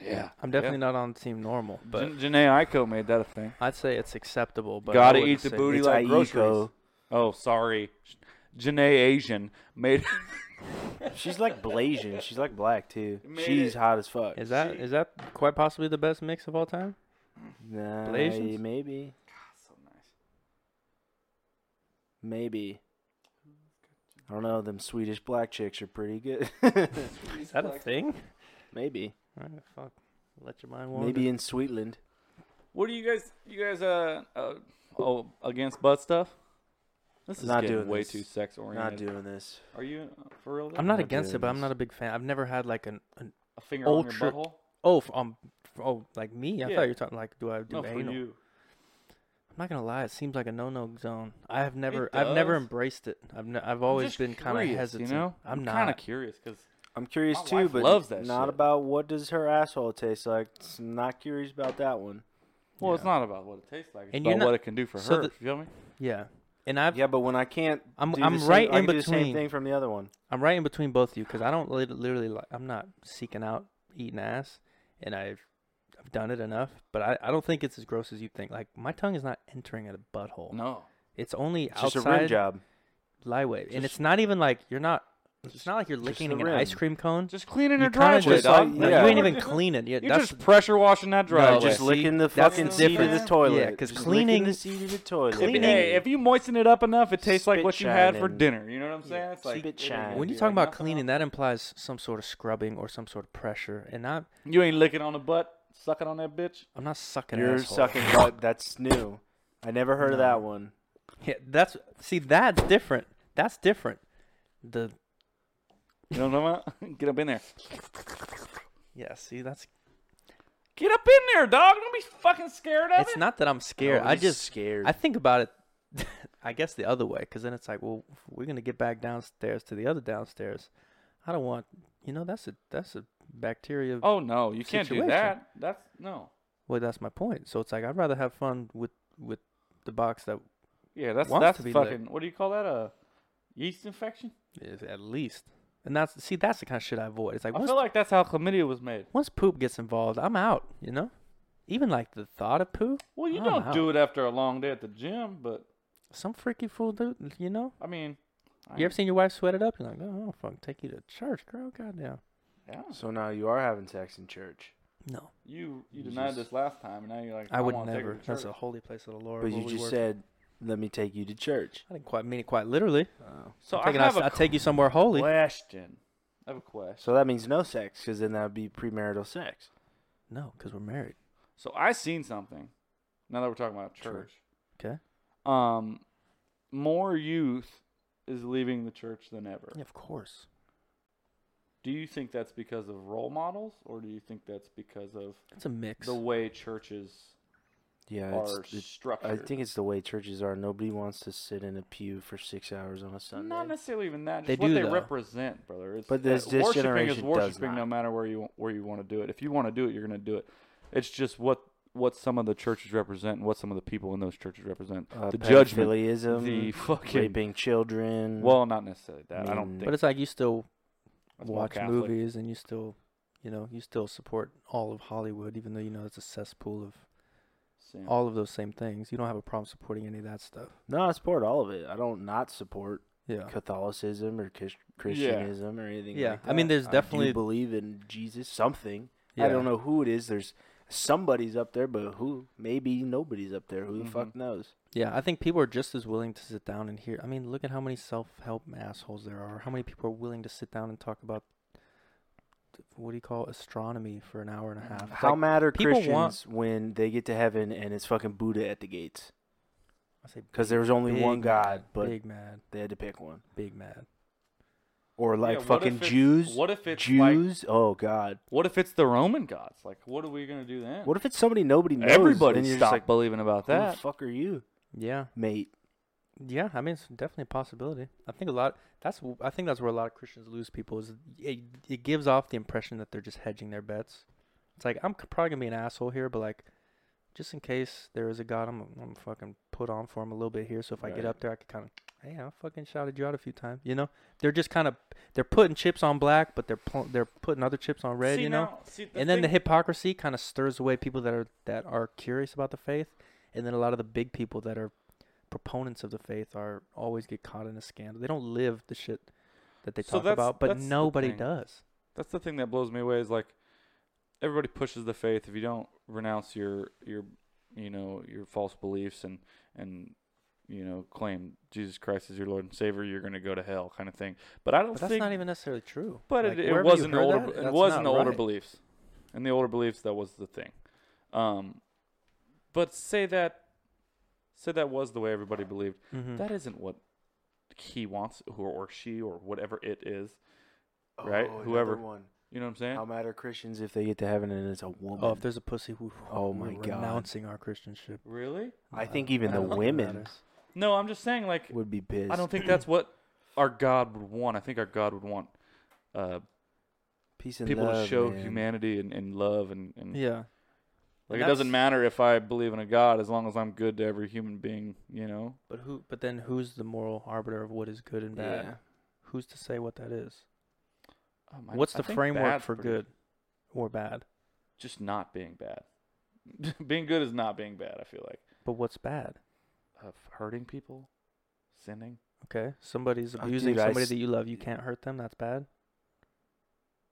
E: Yeah,
C: I'm definitely not on team normal, but
E: Jan- Janae Aiko made that a thing.
C: I'd say it's acceptable. But I
E: Gotta
C: wouldn't
E: eat the
C: say-
E: booty
D: It's
E: like groceries.
D: Aiko.
E: Oh, sorry, Janae Asian made. [LAUGHS]
D: She's like Blasian. She's like
E: [LAUGHS]
D: black too.
E: Made
D: She's
E: it.
D: hot as fuck.
C: Is that is that quite possibly the best mix of all time?
D: Nah,
C: Blasians?
D: maybe,
E: so nice.
D: maybe. I don't know. Them Swedish black chicks are pretty good. [LAUGHS]
C: Is that a thing?
D: maybe,
C: All right, fuck. Let your mind wander.
D: maybe in Sweetland.
E: What do you guys? You guys uh, uh oh against butt stuff? This is
D: Not
E: getting
D: doing
E: way
D: this.
E: too sex oriented.
D: Not doing this.
E: Are you uh, for real? Though?
C: I'm not
D: Not
C: against it,
D: doing
C: but I'm
D: this.
C: not a big fan. I've never had like an, an
E: a finger
C: ultra-
E: on your butthole.
C: oh f- um f- oh like me. I
E: Yeah.
C: thought you were talking like do I do
E: no, for
C: anal?
E: you.
C: I'm not gonna lie, it seems like a no-no zone. I have never I've never
E: does.
C: embraced it. I've ne- I've always
E: just
C: been kind of
E: curious,
C: hesitant.
E: You know, kind
C: I'm not.
E: of curious because
D: I'm curious
E: My
D: too,
E: wife
D: but
E: loves that
D: not
E: shit.
D: about what does her asshole taste like. It's not curious about that one.
E: well, it's
C: Yeah.
E: not about what it tastes like. It's
C: And you're
E: about
C: not-
E: what it can do for
C: so
E: her.
C: the-
E: you feel me?
C: yeah. And I've
D: Yeah, but when I can't,
C: I'm-
D: do
C: I'm
D: the same-
C: right
D: I
C: in
D: can do the same
C: between.
D: thing from the other one.
C: I'm right in between both of you because I don't lit- literally like I'm not seeking out eating ass, and I've I've done it enough, but I, I don't think it's as gross as you think. Like my tongue is not entering at a butthole.
E: No.
C: It's only
D: It's just a rim
C: outside
D: job.
C: lightway, and
E: Just-
C: it's not even like you're not. It's
D: Just-
C: not like you're
D: just
C: licking
D: the
C: an ice
D: rim.
C: cream cone.
E: Just cleaning
C: You
E: her
C: kinda
E: driveway,
D: just
E: dog.
D: like-
E: No,
C: No,
D: yeah.
C: you ain't even cleaning. Yeah,
E: You're
C: that's
E: just pressure washing that
C: No,
E: driveway.
D: just
C: see,
D: licking the
C: that's
D: fucking
E: the
D: seat of the
E: difference.
D: toilet.
C: Yeah, 'cause
D: Just licking
C: cleaning-
D: the seat of the toilet.
E: If-
C: cleaning-
E: Hey, if you moisten it up enough, it tastes like
D: Spit
E: what you had for
D: shining.
E: dinner. You know what I'm saying? It's like
D: Spit
E: it ain't gonna
D: shine.
C: when
E: be
C: you talk
E: like "Uh-huh."
C: about
E: nothing
C: cleaning,
E: else.
C: that implies some sort of scrubbing or some sort of pressure, and not
E: you ain't licking on the butt, sucking on that bitch.
C: I'm not sucking.
D: You're
C: asshole.
D: sucking butt. That's new. I never heard of that one.
C: [LAUGHS] Yeah, that's see, that's different. That's different. The
E: You know what I'm talking about? [LAUGHS] Get up in there.
C: yeah, see, that's
E: Get up in there, dog. Don't be fucking scared of
C: it's
E: it.
C: not that I'm scared.
D: Oh,
C: I
D: he's
C: just
D: scared.
C: I think about it. [LAUGHS] I guess the other way, because then it's like, well, if we're gonna get back downstairs to the other downstairs. I don't want, you know, that's a that's a bacteria.
E: oh no, you can't do
C: Situation.
E: that. That's no.
C: Well, that's my point. So it's like I'd rather have fun with with the box that
E: Yeah, that's
C: Wants
E: that's
C: to be
E: fucking. What do you call that? A yeast infection?
C: is at least, and that's see, that's the kind of shit I avoid. It's like
E: I
C: once,
E: feel like that's how chlamydia was made.
C: once poop gets involved, I'm out. You know, even like the thought of poo.
E: Well, you
C: I'm
E: don't
C: out.
E: do it after a long day at the gym, but
C: Some freaky fool dude, you know.
E: I mean, I
C: You ever seen your wife sweat it up? You're like, oh, fuck, take you to church, girl. Goddamn.
E: Yeah.
D: So now you are having sex in church,
C: No,
E: You you
D: You
E: denied
D: just-
E: this last time, and now you're like,
C: I would
E: wanna take her
C: never.
E: to
C: That's a
E: church.
C: holy place of the Lord.
D: but
C: where
D: you
C: we
D: just
C: worship.
D: said, "Let me take you to church."
C: I didn't quite mean it quite literally.
E: So
C: I'm
E: I
C: taking I
E: have a
C: I'll take you somewhere holy.
E: question. I have a question.
D: So that means no sex, because then that would be premarital sex.
C: No, because we're married.
E: So I seen something. Now that we're talking about
C: True.
E: church,
C: Okay.
E: um, more youth is leaving the church than ever.
C: of course.
E: Do you think that's because of role models, or do you think that's because of
C: It's a mix.
E: the way churches
D: Yeah, it's,
E: are
D: it's- I
E: structured?
D: think it's the way churches are. Nobody wants to sit in a pew for six hours on a Sunday.
E: Not necessarily even that. Just
C: They
E: what
C: do,
E: they
C: though.
E: represent, brother. It's,
D: But
E: uh,
D: this- this
E: worshiping
D: generation
E: is
D: does
E: worshiping, no
D: not.
E: matter where you where you want to do it. If you want to do it, you're going to do it. It's just what what some of the churches represent and what some of the people in those churches represent.
D: Uh,
E: the judgment,
D: pedophilism,
E: the fucking
D: raping children.
E: well, not necessarily that. I don't
D: Mm.
E: think.
C: but it's like you still
E: that's more
C: watch
E: Catholic.
C: movies and you still, you know, you still support all of Hollywood, even though you know it's a cesspool of
E: Sin.
C: all of those same things. You don't have a problem supporting any of that stuff.
D: no, I support all of it. I don't not support
C: Yeah.
D: Catholicism or Chris- Christianism or anything.
C: Yeah,
D: like
C: I mean,
D: that.
C: there's
D: do
C: definitely-
D: believe in Jesus something.
C: Yeah.
D: I don't know who it is. There's somebody's up there, but who? Maybe nobody's up there. Who the
C: Mm-hmm.
D: fuck knows?
C: Yeah, I think people are just as willing to sit down and hear. I mean, look at how many self-help assholes there are. How many people are willing to sit down and talk about what do you call it, astronomy for an hour and a half? It's
D: How
C: like-
D: mad are
C: people want-
D: Christians when they get to heaven and it's fucking Buddha at the gates?
C: I say
D: Because there was only
C: big
D: one God,
C: mad,
D: but
C: big mad,
D: they had to pick one.
C: big mad.
D: Or like
E: what
D: fucking
E: if it's-
D: Jews.
E: What if it's like-
D: Jews? oh God!
E: what if it's the Roman gods? Like, what are we gonna do then?
D: What if it's somebody nobody knows?
E: Everybody
D: and you're just
E: stopped
D: like,
E: believing about
D: who the
E: that.
D: fuck are you,
C: Yeah,
D: mate?
C: yeah. I mean, it's definitely a possibility. I think a lot. That's w- I think that's where a lot of Christians lose people. Is it, it gives off the impression that they're just hedging their bets. It's like I'm c- probably gonna be an asshole here, but like, just in case there is a God, I'm I'm gonna fucking put on for him a little bit here. So if I get
E: Right.
C: up there, I could kind of, hey, I fucking shouted you out a few times. You know, they're just kind of they're putting chips on black, but they're pl- they're putting other chips on red.
E: See,
C: you know,
E: now- see,
C: and then the
E: thing-
C: hypocrisy kind of stirs away people that are that are curious about the faith, and then a lot of the big people that are proponents of the faith are always get caught in a scandal. They don't live the shit that they
E: So
C: talk
E: that's-
C: about, but
E: that's the
C: nobody
E: thing.
C: does.
E: that's the thing that blows me away is like everybody pushes the faith if you don't renounce your your you know your false beliefs and and you know claim Jesus Christ is your Lord and Savior you're going to go to hell kind of thing but I don't
C: But that's
E: think
C: not even necessarily true.
E: but
C: Like,
E: it,
C: wherever
E: it
C: you
E: was in the
C: heard
E: older
C: that,
E: bel- it
C: that's
E: was
C: not
E: in the older
C: right.
E: beliefs in the older beliefs that was the thing um but say that say that was the way everybody believed
C: Mhm.
E: that isn't what he wants or, or she or whatever it is Right?
D: Oh, another
E: Whoever.
D: One.
E: you know what I'm saying
D: How mad are Christians if they get to heaven and it's a woman?
C: Oh, if there's a pussy, we,
D: Oh
C: we're
D: my God.
C: renouncing our Christianship.
E: really
D: I
C: No,
D: think even
C: I
D: the
C: don't think it
D: women-
C: matters.
E: no I'm just saying like
D: would be pissed.
E: I don't
C: [CLEARS THROAT]
E: think that's what our God would want. I think our God would want uh,
D: [CLEARS THROAT] Peace and
E: people
D: love,
E: to show
D: man.
E: humanity and, and love and, and
C: Yeah,
E: like
C: And
E: it doesn't
C: that's-
E: matter if I believe in a God as long as I'm good to every human being, you know.
C: but who? But then who's the moral arbiter of what is good and bad?
D: Yeah.
C: Who's to say what that is?
E: Um, I-
C: What's
E: I
C: the
E: think
C: framework
E: bad's
C: for
E: pretty-
C: good or bad?
E: Just not being bad. [LAUGHS] being good is not being bad. I feel like
C: But what's bad?
E: uh, hurting people, sinning.
C: Okay, somebody's
D: Uh,
C: abusing
D: dude, I
C: somebody
D: s-
C: that you love. You can't hurt them. That's bad.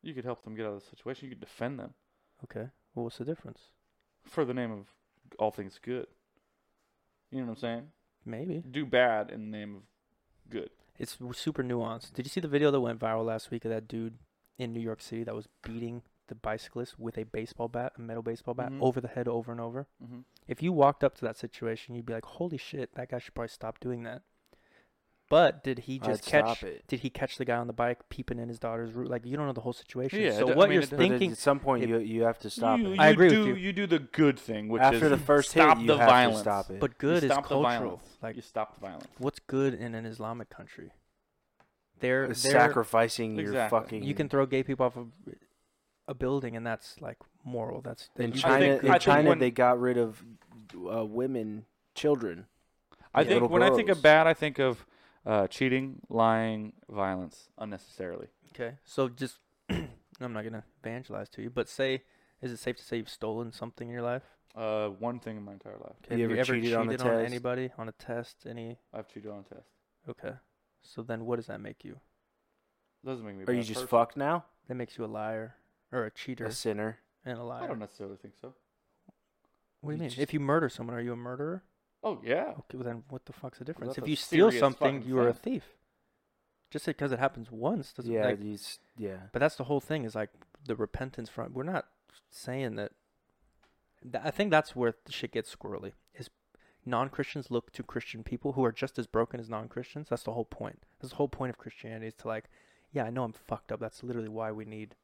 E: You could help them get out of the situation. You could defend them
C: Okay. Well, what's the difference?
E: for the name of all things good. You know what I'm saying?
C: Maybe
E: Do bad in the name of good.
C: it's w- super nuanced. Did you see the video that went viral last week of that dude in New York City that was beating the bicyclist with a baseball bat, a metal baseball bat,
E: Mhm.
C: over the head over and over?
E: Mm-hmm.
C: If you walked up to that situation, you'd be like, "Holy shit, that guy should probably stop doing that." But did he
D: I'd
C: just
D: stop
C: catch?
D: it.
C: Did he catch the guy on the bike peeping in his daughter's room? Like you don't know the whole situation.
E: Yeah, it
C: so
E: d- I
C: what
E: mean,
C: you're
E: it does-
D: But at-
C: thinking?
D: at some point,
C: it-
D: you you have to stop
E: you,
D: it.
E: You
C: I agree with
E: do,
C: you.
E: do the good thing, which
D: After
E: is
D: the first
E: stop
D: hit, you
E: the
D: have
E: violence.
D: to stop it.
C: But good
E: you
C: is
E: stop the
C: cultural.
E: violence.
C: Like
E: you stop the violence.
C: what's good in an Islamic country? They're,
D: It's
C: they're
D: sacrificing your
E: Exactly.
D: fucking.
C: you can throw gay people off of a building, and that's like moral. That's
D: in
C: you-
E: I
D: China.
E: think- I
D: in
E: think
D: China,
E: when-
D: they got rid of uh, women, children.
E: I
D: Yeah.
E: think
D: Little
E: when I think of
D: girls.
E: bad, I think of uh, cheating, lying, violence unnecessarily.
C: Okay, so just [CLEARS THROAT] I'm not gonna evangelize to you, but say, is it safe to say you've stolen something in your life?
E: Uh, one thing in my entire life,
C: Okay,
D: You
C: have
D: ever cheated on a test?
C: anybody on a test? Any?
E: I've cheated on a test.
C: Okay, so then what does that make you?
E: Doesn't make me. a
D: Are you
E: bad
D: just
E: person.
D: fucked now?
C: That makes you a liar or a cheater
D: A sinner.
C: and a
E: I
C: liar.
E: don't necessarily think so.
C: What do you
D: you
C: mean?
D: just-
C: If you murder someone, are you a murderer?
E: Oh yeah,
C: Okay, well then what the fuck's the difference?
E: that's
C: If
E: a
C: you steal
E: serious
C: something,
E: fucking
C: you are a
E: thing.
C: thief. Just because it happens once doesn't
D: Yeah,
C: like,
D: you s- yeah.
C: But that's the whole thing is like the repentance front. We're not saying that. Th- I think that's where the shit gets squirrely. Is non Christians look to Christian people who are just as broken as non Christians. That's the whole point. That's the whole point of Christianity is to like, yeah, I know I'm fucked up. That's literally why we need.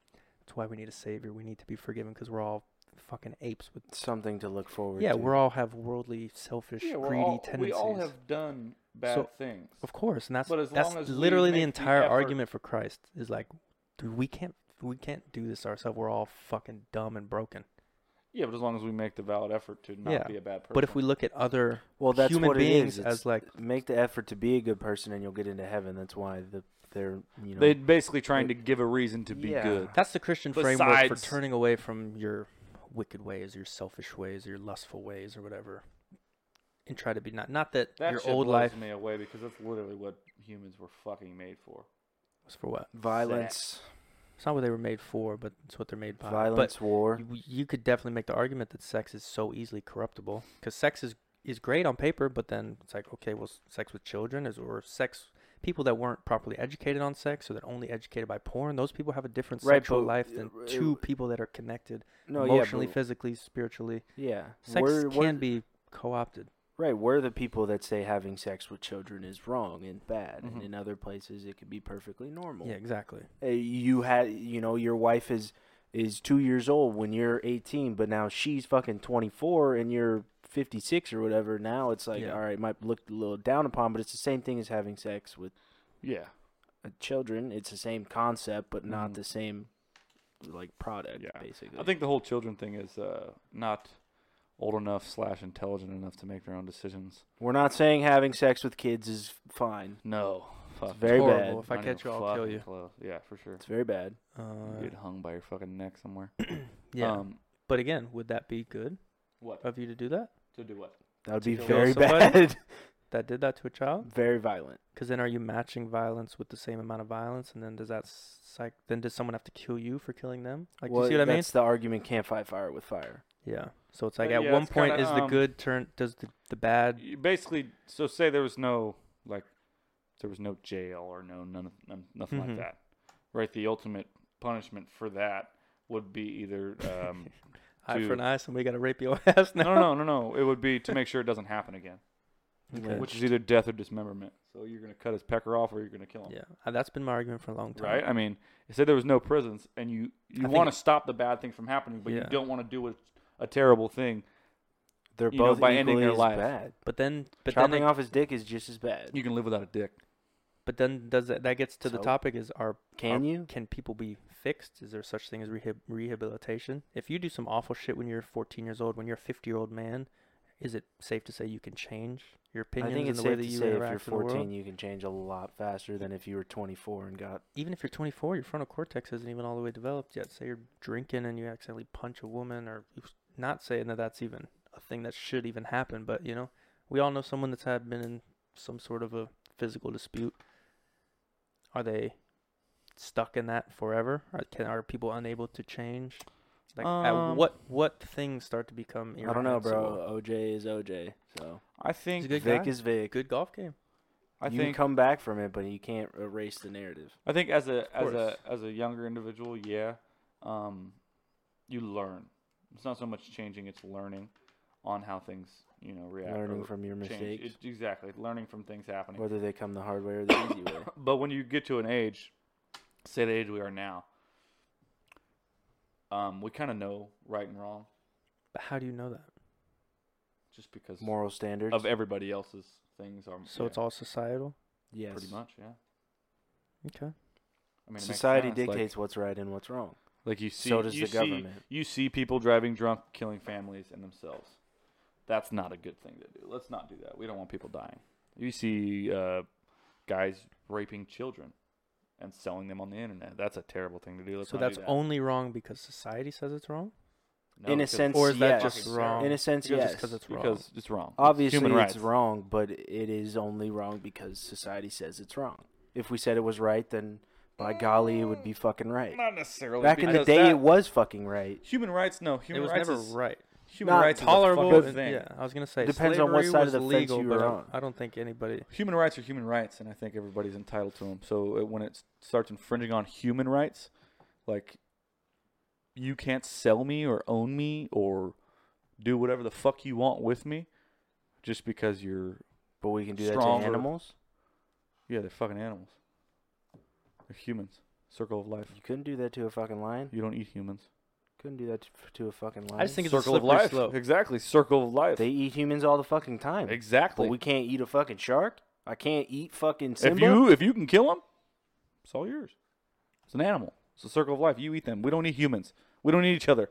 C: That's why we need a savior. We need to be forgiven because we're all fucking apes with.
D: Something to look forward
C: Yeah,
D: to.
C: we're all have worldly, selfish,
E: yeah. We're
C: greedy
E: all, we
C: tendencies.
E: all have done bad
C: So,
E: things.
C: Of course, and that's
E: But as
C: that's
E: long as we
C: literally the
E: make the
C: entire
E: effort-
C: argument for Christ is like, dude, we can't we can't do this ourselves. We're all fucking dumb and broken.
E: Yeah, but as long as we make the valid effort to not
C: Yeah,
E: be a bad person.
C: But if we look at other
D: well, that's
C: human
D: what
C: beings
D: it is. It's-
C: as like,
D: make the effort to be a good person, and you'll get into heaven. That's why the, they're you know
E: they basically trying to give a reason to be
D: Yeah.
E: good.
C: that's the Christian framework for
E: Besides-
C: turning away from your wicked ways, your selfish ways, your lustful ways, or whatever, and try to be not not that,
E: That
C: your
E: shit
C: old
E: blows
C: life.
E: me away because that's literally what humans were fucking made for.
C: was for what?
D: Violence,
C: It's not what they were made for, but it's what they're made by. Uh, But
D: violence, war.
C: you, you could definitely make the argument that sex is so easily corruptible because sex is is great on paper, but then it's like okay, well, s- sex with children is or sex people that weren't properly educated on sex or that only educated by porn. Those people have a different
D: Right,
C: sexual
D: but,
C: life
D: uh,
C: than
D: it-
C: two people that are connected
D: No,
C: emotionally,
D: yeah, but-
C: physically, spiritually.
D: yeah.
C: Sex
D: We're- we're-
C: can be co-opted.
D: Right, we're the people that say having sex with children is wrong and bad, and
E: Mhm.
D: in other places it could be perfectly normal.
C: Mm-hmm. Yeah, exactly.
D: Uh, You had, you know, your wife is is two years old when you're 18, but now she's fucking 24 and you're 56 or whatever. Now it's like,
C: Yeah.
D: all right, might look a little down upon, but it's the same thing as having sex with
E: Yeah.
D: uh, children. It's the same concept, but
C: Mm-hmm.
D: not
E: Mhm.
D: the same like product.
E: Yeah.
D: basically.
E: I think the whole children thing is uh, not old enough slash intelligent enough to make their own decisions.
D: we're not saying having sex with kids is fine.
E: No. Fuck.
D: It's very
C: horrible.
D: bad.
C: If I
E: Not even
C: catch you, I'll kill
E: fucking
C: you.
E: close. Yeah, for sure.
D: It's very bad.
C: Uh,
E: You get hung by your fucking neck somewhere.
C: yeah,
E: Um,
C: but again, would that be good
E: what?
C: of you to do that?
E: To do what?
D: That would
C: To
D: be
C: kill
D: very
C: somebody?
D: bad. [LAUGHS]
C: That did that to a child?
D: very violent.
C: Because then, are you matching violence with the same amount of violence? And then does that psych? Then does someone have to kill you for killing them? Like, do
D: Well,
C: you see what I mean?
D: That's the argument. Can't fight fire with fire.
C: Yeah. So it's like
E: But
C: at
E: yeah,
C: one
E: it's
C: point,
E: kinda,
C: is the
E: um,
C: good turn? Does the the bad?
E: uh, You basically, so say there was no like, there was no jail or no none of, none, nothing
C: Mhm.
E: like that, right? The ultimate punishment for that would be [LAUGHS] either um,
C: Eye for
E: to-
C: an eye. Somebody got to rape your [LAUGHS] ass
E: no,
C: now.
E: no, no, no, no. It would be to make sure it doesn't happen again,
C: Okay.
E: which is either death or dismemberment. So you're gonna cut his pecker off, or you're gonna kill him.
C: Yeah, Uh, that's been my argument for a long time.
E: Right? I mean, say there was no prisons, and you you
C: think
E: want
C: it-
E: to stop the bad thing from happening, but
C: Yeah.
E: you don't want to do a, a terrible thing.
D: They're
E: You know,
D: both
E: by
D: equally
E: ending their
D: as
E: life.
D: bad.
C: But then, but
D: Chopping
C: then, it-
D: off his dick is just as bad.
E: You can live without a dick.
C: but then, does that that gets to the
D: So?
C: topic? Is are
D: Can
C: are-
D: you?
C: Can people be fixed? Is there such thing as rehab, rehabilitation? If you do some awful shit when you're 14 years old, when you're a 50 year old man, is it safe to say you can change your
D: I
C: opinions
D: think
C: and
D: it's
C: the way
D: safe
C: that
D: to
C: you
D: say if
C: interact
D: you're
C: with the world?
D: 14, you can change a lot faster than if you were 24 and got.
C: Even if you're 24, your frontal cortex isn't even all the way developed yet. Say you're drinking and you accidentally punch a woman, or not saying that that's even a thing that should even happen, but you know, we all know someone that's had been in some sort of a physical dispute. Are they stuck in that forever? Are, can are people unable to change? Like, at
E: Um,
C: what what things start to become?
D: I don't know,
C: irreconcilable?
D: bro. OJ is OJ. So
E: I
C: He's a
E: think
C: good
D: Vic
C: guy.
D: is Vic.
C: Good golf game.
E: I
D: you can
E: think
D: come back from it, but you can't erase the narrative.
E: I think as a as
C: course.
E: a as a younger individual, yeah, um, you learn. It's not so much changing; it's learning on how things you know react. or
D: Learning from your
E: change.
D: mistakes,
E: It- exactly, learning from things happening.
D: whether they come the hard way
C: [COUGHS]
D: or the easy way.
E: [COUGHS] But when you get to an age, say the age we are now, um, we kind of know right and wrong
C: But how do you know that?
E: just because
D: Moral standards.
E: of everybody else's things are.
C: So it's all societal.
D: yes.
E: pretty much, yeah. I
C: Okay.
E: mean, it makes
D: Society
E: sense, like-
D: dictates what's right and what's wrong.
E: Like you see,
D: So does
E: you
D: the
E: see-
D: government.
E: You see people driving drunk, killing families and themselves. That's not a good thing to do. Let's not do that. We don't want people dying. You see uh, guys raping children and selling them on the internet. That's a terrible thing to do. Let's
C: so
E: not
C: that's
E: do that.
C: only wrong because society says it's wrong.
E: No,
D: in a
E: because-
D: sense,
C: Or is that
D: yes.
C: just wrong?
D: In a sense,
C: Because
D: yes.
C: it's 'cause it's wrong.
E: because it's wrong. It's
D: Obviously,
E: human rights.
D: it's wrong, but it is only wrong because society says it's wrong. If we said it was right, then by golly, it would be fucking right.
E: Not necessarily.
D: Back in the
E: because
D: day,
E: that-
D: it was fucking right.
E: human rights. No, human
C: it was
E: rights
C: never
E: is
C: right.
E: human
D: Not
E: rights. is a
C: tolerable.
E: fucked
C: and-
E: thing.
C: Yeah, I was gonna say
D: Depends on what
C: slavery
D: side of
C: was
D: the fence
C: legal,
D: you
C: but
D: were
C: I-
D: on.
C: I don't think anybody.
E: human rights are human rights, and I think everybody's entitled to them. So it, when it starts infringing on human rights, like you can't sell me or own me or do whatever the fuck you want with me, just because you're
D: But we can do that
E: Stronger.
D: to animals.
E: yeah they're fucking animals. They're humans. Circle of life.
D: You couldn't do that to a fucking lion.
E: You don't eat humans.
D: Couldn't do that to, to a fucking lion.
C: I just think it's a
E: Circle of
C: slippery
E: life.
C: slope.
E: Exactly. Circle of life.
D: they eat humans all the fucking time.
E: exactly.
D: But we can't eat a fucking shark. I can't eat fucking Simba.
E: If you if you can kill them, it's all yours. It's an animal. It's a circle of life. You eat them. We don't eat humans. We don't eat each other.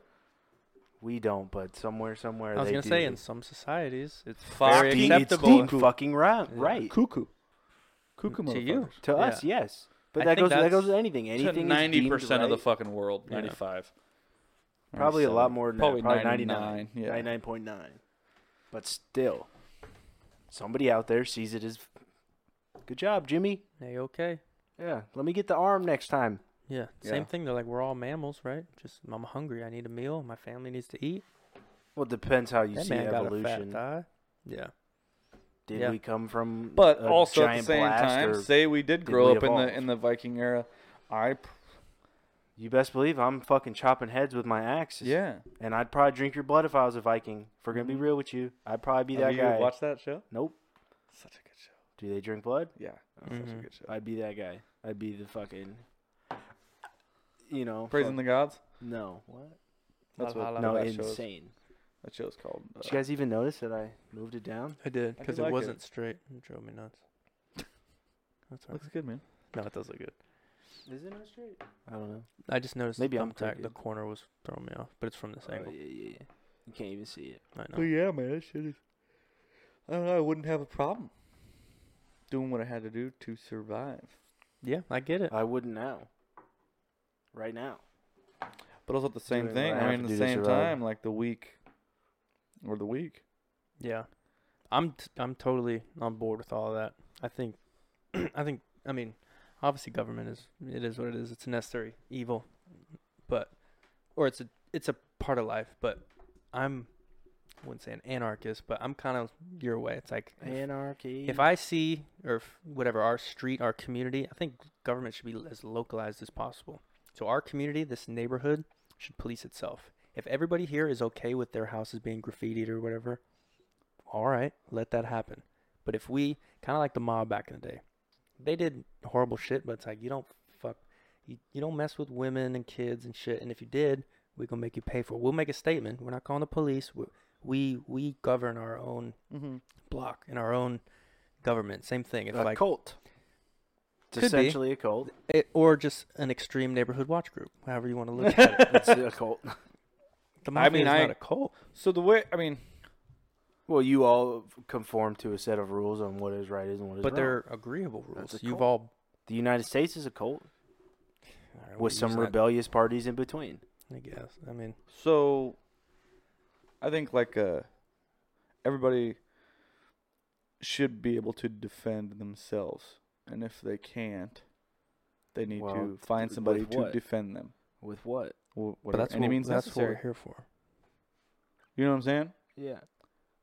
D: we don't, but somewhere, somewhere
C: I was
D: they
C: gonna
D: do.
C: say in some societies it's
E: Fucking-
C: very
D: It's
C: acceptable.
D: deep fucking right,
C: Yeah.
D: right.
E: Cuckoo. Cuckoo
C: To you.
E: motherfuckers.
D: To us,
C: Yeah.
D: yes. But
C: I
D: that
C: think
D: goes that
C: that's
D: goes to anything. Anything is
E: ninety
D: deemed
E: percent of the
D: right.
E: fucking world.
C: Yeah.
E: Ninety five.
D: Probably a lot more than
E: Probably,
D: that. Probably
E: 99.
D: 99.
E: Yeah.
D: 99.9. But still, somebody out there sees it as. Good job, Jimmy.
C: Hey, okay.
D: Yeah, let me get the arm next time.
C: Yeah, same
E: Yeah.
C: thing. They're like, we're all mammals, right? Just I'm hungry. I need a meal. My family needs to eat.
D: Well, it depends how you
C: that
D: see
C: man
D: evolution.
C: got a fat thigh. Yeah,
D: Did
C: Yeah.
D: we come from
E: But
D: a
E: also at the
D: giant
E: same
D: blast
E: time,
D: or-
E: say we did
D: did
E: grow
D: we
E: up in
D: evolve?
E: the in the Viking era, I pr-
D: you best believe I'm fucking chopping heads with my axe.
E: yeah.
D: and I'd probably drink your blood if I was a Viking. If we're gonna be real with you, I'd probably be that
E: Have you
D: guy.
E: watched that show?
D: nope.
E: Such a good show.
D: Do they drink blood?
E: Yeah, that's such a
C: Mhm.
E: good show.
D: I'd be that guy. I'd be the fucking, you know,
E: Praising
D: fuck-
E: the gods.
D: no, what?
E: That's
C: La
E: what
C: La
D: no,
E: that show's
D: insane.
E: that show's called. Uh,
D: Did you guys even notice that I moved it down?
C: I did
E: I do
C: because it
E: like it.
C: wasn't straight. It drove me
D: [LAUGHS]
C: nuts. That's all right.
E: looks good, man.
C: No, it does look good.
D: Is it not straight? I don't know.
C: I just noticed
D: Maybe
C: Maybe the
D: I'm
C: thumbtack, the
D: crooked.
C: corner was throwing me off, but it's from this
D: Oh, yeah,
C: angle.
D: yeah, yeah. You can't even see it.
C: I
E: But
C: know.
E: yeah, man, that shit is. I don't know. I wouldn't have a problem doing what I had to do to survive.
C: Yeah, I get it.
D: I wouldn't now. Right now.
E: But also at the same
D: Doing what
E: thing.
D: I
E: I
D: have
E: mean,
D: to
E: at
D: do
E: the
D: to
E: same
D: survive.
E: time, like the week or the
D: [LAUGHS]
E: week.
C: Yeah, I'm t- I'm totally on board with all of that. I think, [CLEARS THROAT] I think, I mean, obviously government is it is what it is. It's a necessary evil, but or it's a it's a part of life. But I'm I wouldn't say an anarchist, but I'm kind of your way. It's like if-
D: Anarchy.
C: if I see or if whatever our street, our community, I think government should be as localized as possible. So our community, this neighborhood, should police itself. If everybody here is okay with their houses being graffitied or whatever, all right, let that happen. But if we kind of like the mob back in the day, they did horrible shit, but it's like you don't fuck, you, you don't mess with women and kids and shit. And if you did, we're gonna make you pay for it. We'll make a statement. We're not calling the police. We we, we govern our own
E: Mm-hmm.
C: block in our own government. Same thing. If
D: a
C: like
D: Uh, cult. It's
C: Could be.
D: essentially a cult.
C: it, or just an extreme neighborhood watch group, however you want
E: [LAUGHS]
C: to look at it.
D: It's uh, a cult. [LAUGHS]
C: The
E: I
C: mafia
E: mean,
C: is
E: I-
C: not a cult.
E: So the way I mean,
D: Well, you all conform to a set of rules on what is right is and what is
C: But
D: wrong.
C: they're agreeable rules.
D: That's a
C: You've
D: cult.
C: all
D: the United States is a cult
C: all right, we'll
D: with
C: use
D: some
C: that,
D: rebellious parties in between.
C: I guess. I mean,
E: so I think like uh, everybody should be able to defend themselves, and if they can't, they need
D: Well,
E: to
D: th-
E: find
D: with
E: somebody to
D: what?
E: defend them.
D: With what?
E: Well,
C: but that's
E: any
C: what,
E: means
C: that's
E: necessary.
C: what we're here for.
E: You know what I'm saying?
D: Yeah.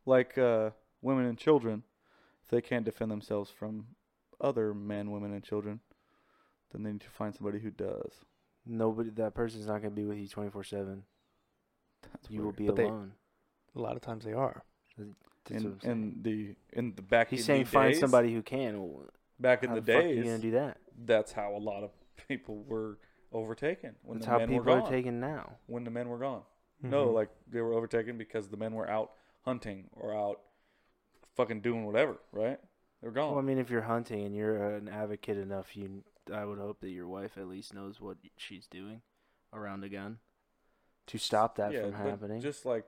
E: Like uh, women and children, if they can't defend themselves from other men, women, and children, then they need to find somebody who does.
D: Nobody. That person's not going to be with you twenty four seven.
E: That's
D: You will
E: weird.
D: be
C: But they-
D: alone.
C: A lot of times they are.
D: That's what
E: in,
D: I'm saying.
E: in the in the back.
D: He's
E: in
D: saying
E: the
D: find
E: days-
D: somebody who can. Well,
E: back in
D: how
E: the,
D: fuck are you
E: days.
D: going to do that?
E: that's how a lot of [LAUGHS] people were overtaken when
D: That's
E: the
D: how
E: men were
D: people
E: gone.
D: are taken Mm-hmm. now.
E: when the men were gone. No,
C: Mhm.
E: like they were overtaken because the men were out hunting or out fucking doing whatever, right? They were gone.
D: Well, I mean, if you're hunting and you're an advocate enough, you, I would hope that your wife at least knows what she's doing around a gun to stop that
E: Yeah,
D: from
E: but
D: happening.
E: Just like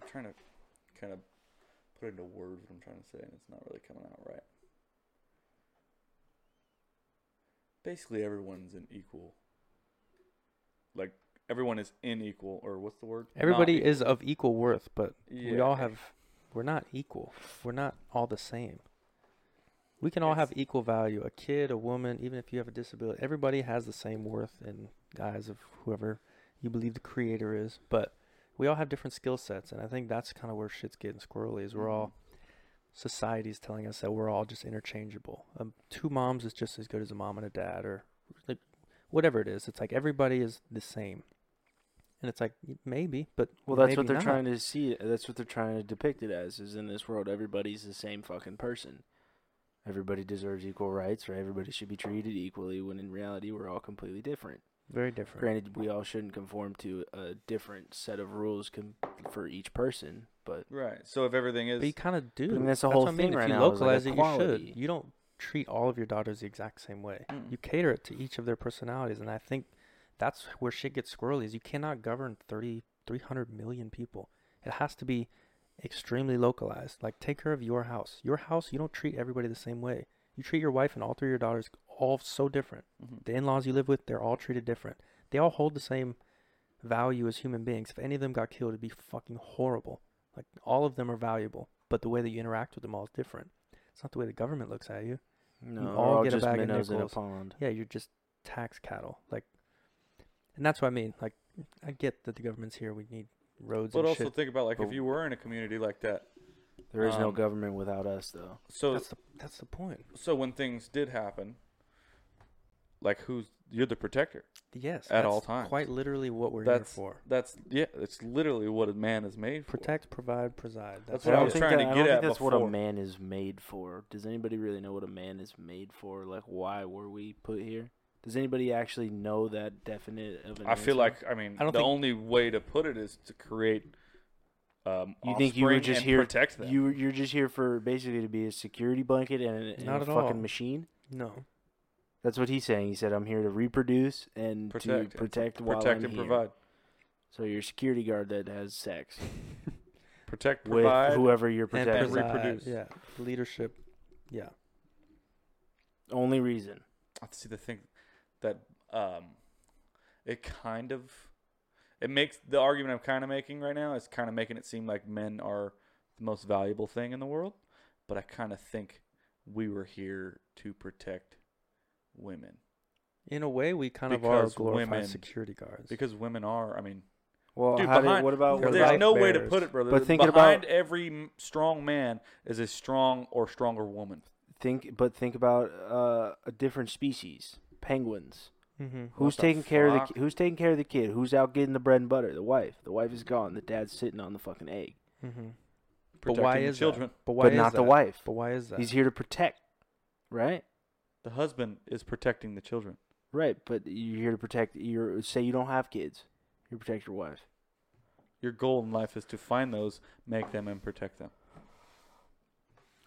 E: I'm trying to kind of put into words what I'm trying to say, and it's not really coming out right. Basically, everyone's an equal. Like everyone is in equal, or what's the word? Not
C: Everybody
E: equal.
C: is of equal worth, but we
E: Yeah.
C: all have. We're not equal. We're not all the same. We can all have equal value. A kid, a woman, even if you have a disability, everybody has the same worth in the eyes of whoever you believe the creator is. But we all have different skill sets, and I think that's kind of where shit's getting squirrely. Is we're all
E: Mm-hmm.
C: society's telling us that we're all just interchangeable. Um, two moms is just as good as a mom and a dad, or like whatever it is. It's like everybody is the same, and it's like maybe, but
D: well, that's what
C: maybe
D: they're
C: not.
D: trying to see. That's what they're trying to depict it as. Is in this world, everybody's the same fucking person. Everybody deserves equal rights, or everybody should be treated equally. When in reality, we're all completely different.
C: Very different.
D: Granted, we all shouldn't conform to a different set of rules com- for each person, but
E: right. So if everything is
C: But you kind of do.
D: mean, that's the
C: what
D: whole
C: I mean.
D: thing right
C: if you
D: now is, like,
C: localize it, you
D: equality.
C: should. You don't treat all of your daughters the exact same way.
E: Mm.
C: You cater it to each of their personalities, and I think that's where shit gets squirrely. Is you cannot govern 30, 300 million people. It has to be extremely localized. Like take care of your house. Your house, you don't treat everybody the same way. You treat your wife and all three of your daughters all so different.
E: Mhm.
C: The in-laws you live with, they're all treated different. They all hold the same value as human beings. If any of them got killed, it'd be fucking horrible. Like all of them are valuable, but the way that you interact with them all is different. It's not the way the government looks at you.
D: No,
C: You
D: we're
C: all
D: all
C: get a
D: just
C: bag of
D: minnows in a
C: nickels.
D: pond.
C: Yeah, you're just tax cattle. Like, and that's what I mean. Like, I get that the government's here. We need roads
E: But
C: and
E: also
C: shit.
E: think about like if
D: But-
E: you were in a community like that.
D: There is no
E: Um,
D: government without us, though.
E: So
C: that's the that's the point.
E: so when things did happen, like who's you're the protector.
C: Yes,
E: At
C: that's
E: all times.
C: Quite literally, what we're
E: That's
C: here for.
E: that's yeah. It's literally what a man is made for.
C: Protect, provide, preside.
E: That's
C: That's,
E: what
C: what
E: I
D: don't
E: was
D: think
E: trying to
D: I
E: get
D: don't think
E: at
D: That's what
E: before.
D: a man is made for. Does anybody really know what a man is made for? Like, why were we put here? Does anybody actually know that definite of an
E: I feel like
D: answer?
E: I mean
C: I don't
E: the
C: think-
E: only way to put it is to create. Um,
D: you think you were
E: offspring
D: just
E: and
D: here
E: protect them.
D: You you're just here for basically to be a security blanket and, a- and
C: Not
D: a
C: at
D: fucking
C: all.
D: machine.
E: [LAUGHS]
C: no.
D: That's what he's saying. He said, "I'm here to reproduce and
E: protect
D: to
E: and-
D: protect while
E: protect
D: I'm
E: and
D: here."
E: provide
D: So your security guard that
E: [LAUGHS]
D: has sex
E: protect
D: with
E: provide
D: whoever you're protecting.
E: and preside. reproduce.
C: Yeah, leadership. Yeah,
D: Only reason.
E: I see the thing that um, it kind of it makes the argument I'm kind of making right now is kind of making it seem like men are the most valuable thing in the world, but I kind of think we were here to protect women
C: in a way, we kind of are
E: Because
C: glorified
E: women-
C: security guards.
E: because women are. I mean,
D: Well,
E: Dude,
D: how did-
E: behind-
D: what about what
C: they're
E: there's
D: about,
C: life
E: no way to
C: bearers.
E: put it, brother.
D: But thinking
E: behind
D: about-
E: every m- strong man is a strong or stronger woman.
D: think? But think about uh, a different species. Penguins.
C: mm-hmm.
D: Who's
E: the
D: taking care of
E: fuck?
D: the ki- Who's taking care of the kid? Who's out getting the bread and butter? The wife. The wife is gone. The dad's sitting on the fucking egg.
C: Mm-hmm. But
E: Protecting
C: why
E: the
C: is
E: children?
C: That? But why
D: but
C: is
D: not the
C: that?
D: wife.
C: But why is that?
D: He's here to protect. Right.
E: The husband is protecting the children.
D: Right, but you're here to protect your say you don't have kids. You protect your wife.
E: Your goal in life is to find those, make them, and protect them.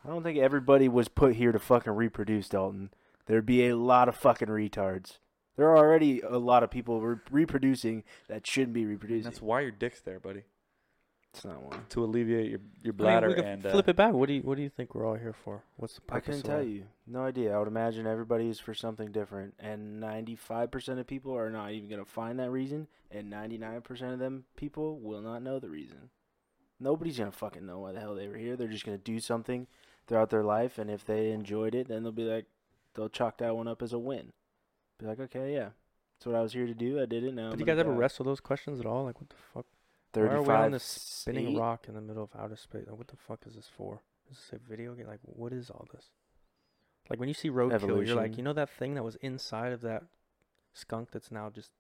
D: I don't think everybody was put here to fucking reproduce, Dalton. There'd be a lot of fucking retards. There are already a lot of people re- reproducing that shouldn't be reproducing.
E: That's why your dick's there, buddy.
D: It's not one.
E: to alleviate your your
C: I
E: bladder
C: mean, we could
E: and
C: flip
E: uh,
C: it back. What do you What do you think we're all here for? What's the
D: I
C: purpose?
D: couldn't
C: of
D: tell
C: all-
D: you. No idea. I would imagine everybody is for something different, and 95% of people are not even going to find that reason, and 99% of them people will not know the reason. Nobody's going to fucking know why the hell they were here. They're just going to do something throughout their life, and if they enjoyed it, then they'll be like, they'll chalk that one up as a win. Be like, okay, yeah. That's what I was here to do. I did it now.
C: But
D: I'm
C: do you guys
D: gonna
C: ever
D: die."
C: wrestle those questions at all? Like, what the fuck? Why
D: 35,
C: are we on this spinning
D: eight?
C: rock in the middle of outer space? Like, what the fuck is this for? Is this a video game? Like, what is all this? Like, when you see roadkill, you're
D: Evolution.
C: like, you know that thing that was inside of that skunk that's now just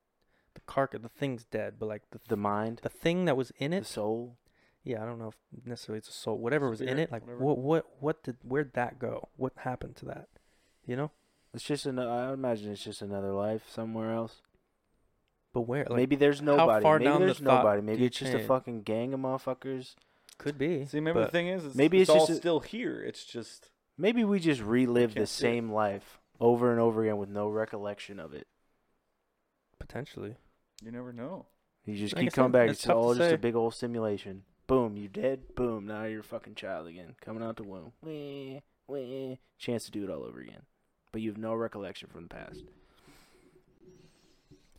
C: the carcass. The thing's dead, but like the
D: The
C: th-
D: mind,
C: the thing that was in
D: the
C: it.
D: soul.
C: Yeah, I don't know if necessarily it's a soul. Whatever was in
E: Spirit,
C: it, like
E: whatever.
C: what what what did where'd that go? What happened to that? You know,
D: It's just an. I imagine it's just another life somewhere else.
C: but where? Like,
D: maybe there's
C: how
D: nobody.
C: far
D: maybe
C: down the
D: there's
C: thought
D: nobody.
C: do
D: Maybe
C: you
D: it's just a
C: change?
D: fucking gang of motherfuckers.
C: could be.
E: see. Remember the
C: but-
E: thing is, it's,
D: maybe
E: maybe it's,
D: it's
E: all
D: just a-
E: still here. It's just
D: Maybe we just relive the
E: can't see it.
D: same life over and over again with no recollection of it.
C: Potentially.
E: you never know.
D: You just
C: Like I
D: keep
C: said,
D: coming back.
C: it's
D: It's
C: tough to
D: all just
C: say.
D: a big old simulation. Boom, you're dead. Boom, now you're a fucking child again, coming out the womb. Wah, wah. Chance to do it all over again, but you have no recollection from the past,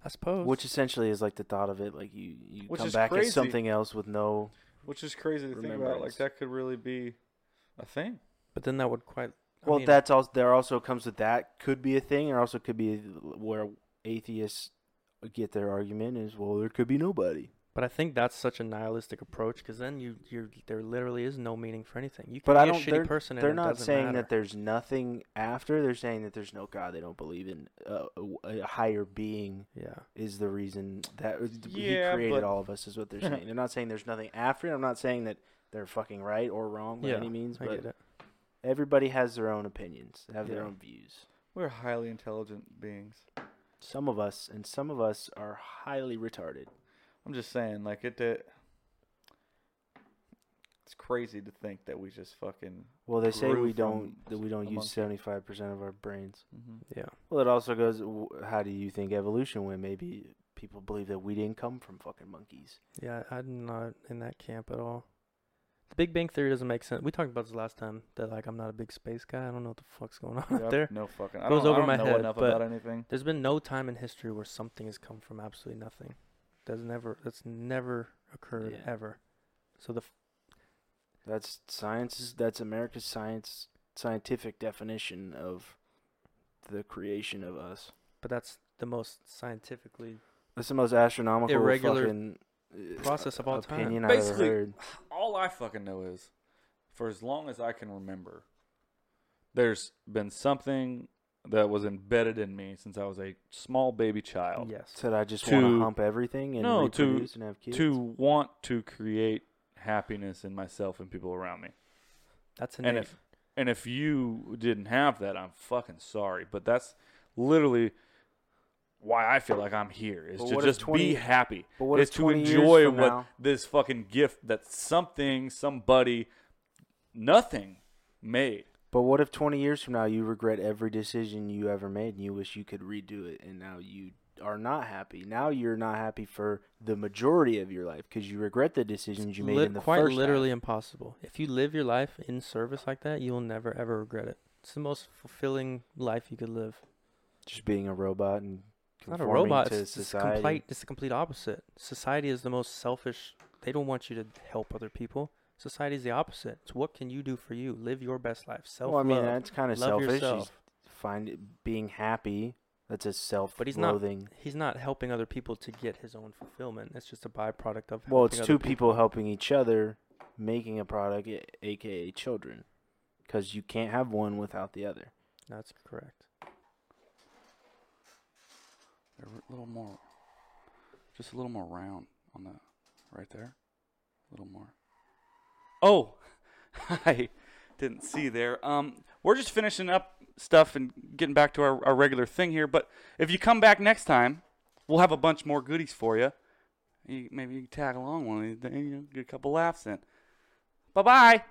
C: I suppose.
D: which essentially is like the thought of it. Like you, you
E: Which
D: come
E: is
D: back
E: crazy.
D: as something else with no.
E: Which is crazy to think about. Like
D: Remembrance.
E: that could really be a thing.
C: but then that would quite. I
D: Well,
C: mean,
D: that's also there. Also comes with that could be a thing, or also could be where atheists get their argument is well, there could be nobody.
C: But I think that's such a nihilistic approach because then you you there literally is no meaning for anything. You can
D: But I
C: be
D: don't.
C: a shitty
D: They're,
C: person.
D: they're
C: and it
D: not
C: doesn't
D: saying
C: matter.
D: that there's nothing after. They're saying that there's no God. They don't believe in uh, a, a higher being
C: Yeah.
D: is the reason that was-
E: Yeah,
D: He created
E: but-
D: all of us. Is what they're saying. they're not saying there's nothing after. I'm not saying that they're fucking right or wrong by
C: yeah.
D: any means.
C: I get
D: But
C: it.
D: everybody has their own opinions. Have their
C: Yeah.
D: own views.
E: We're highly intelligent beings.
D: Some of us, and some of us are highly retarded.
E: I'm just saying, like it. did it's crazy to think that we just fucking.
D: Well, they say
E: grew
D: we
E: from
D: don't that we
E: a
D: don't use
E: monkey.
D: seventy five percent of our brains.
E: mm-hmm.
C: Yeah.
D: Well, it also goes. w- How do you think evolution went? Maybe people believe that we didn't come from fucking monkeys.
C: Yeah. I- I'm not in that camp at all. The Big Bang Theory doesn't make sense. We talked about this last time that like I'm not a big space guy. I don't know what the fuck's going on
E: Yep,
C: up there.
E: No fucking. I
C: Goes
E: don't, I
C: over
E: don't
C: my
E: know
C: head,
E: enough
C: but-
E: about anything.
C: There's been no time in history where something has come from absolutely nothing. That's never that's never occurred
D: Yeah.
C: ever. So the f-
D: That's science. is- That's America's science scientific definition of the creation of us.
C: But that's the most scientifically
D: That's the most astronomical
C: Irregular
D: fucking uh,
C: process of all time.
D: opinion I've ever
E: Basically-
D: heard.
E: All I fucking know is, for as long as I can remember, there's been something that was embedded in me since I was a small baby child
C: Yes.
D: Said I just
E: To-
D: want to hump everything and
E: No, to-
D: reproduce and have kids.
E: to want to create happiness in myself and people around me.
C: That's
E: and
C: innate.
E: if and if you didn't have that, I'm fucking sorry, but that's literally why I feel like I'm here is
D: But
E: to
D: what if
E: just
D: 20
E: be happy.
D: but what
E: is
D: if
E: to
D: 20 years
E: enjoy
D: from
E: what
D: now-
E: this fucking gift that something, somebody, nothing made.
D: But what if 20 years from now you regret every decision you ever made and you wish you could redo it and now you are not happy? Now you're not happy for the majority of your life because you regret the decisions you made
C: Lit-
D: in the
C: quite
D: first
C: literally
D: half.
C: impossible. If you live your life in service like that, you will never ever regret it. It's the most fulfilling life you could live.
D: Just being a robot and
C: It's not a
D: conforming
C: robot.
D: to
C: It's, it's,
D: society.
C: complete, it's the complete opposite. Society is the most selfish. They don't want you to help other people. Society is the opposite. It's what can you do for you? Live your best life. Self
D: Well, I
C: love.
D: mean, that's kind of
C: love
D: selfish. You
C: yourself.
D: Find it- being happy. That's a self
C: But he's not-
D: loathing.
C: He's not helping other people to get his own fulfillment. It's just a byproduct of.
D: Well, it's
C: helping
D: two
C: other
D: people helping each other making a product, a- aka children. Because you can't have one without the other.
C: That's correct.
E: They're a little more, just a little more round on the right there. A little more. Oh, [LAUGHS] I didn't see there. Um, we're just finishing up stuff and getting back to our, our regular thing here. But if you come back next time, we'll have a bunch more goodies for you. you maybe you can tag along one of these days, you know, get a couple laughs in. Bye bye.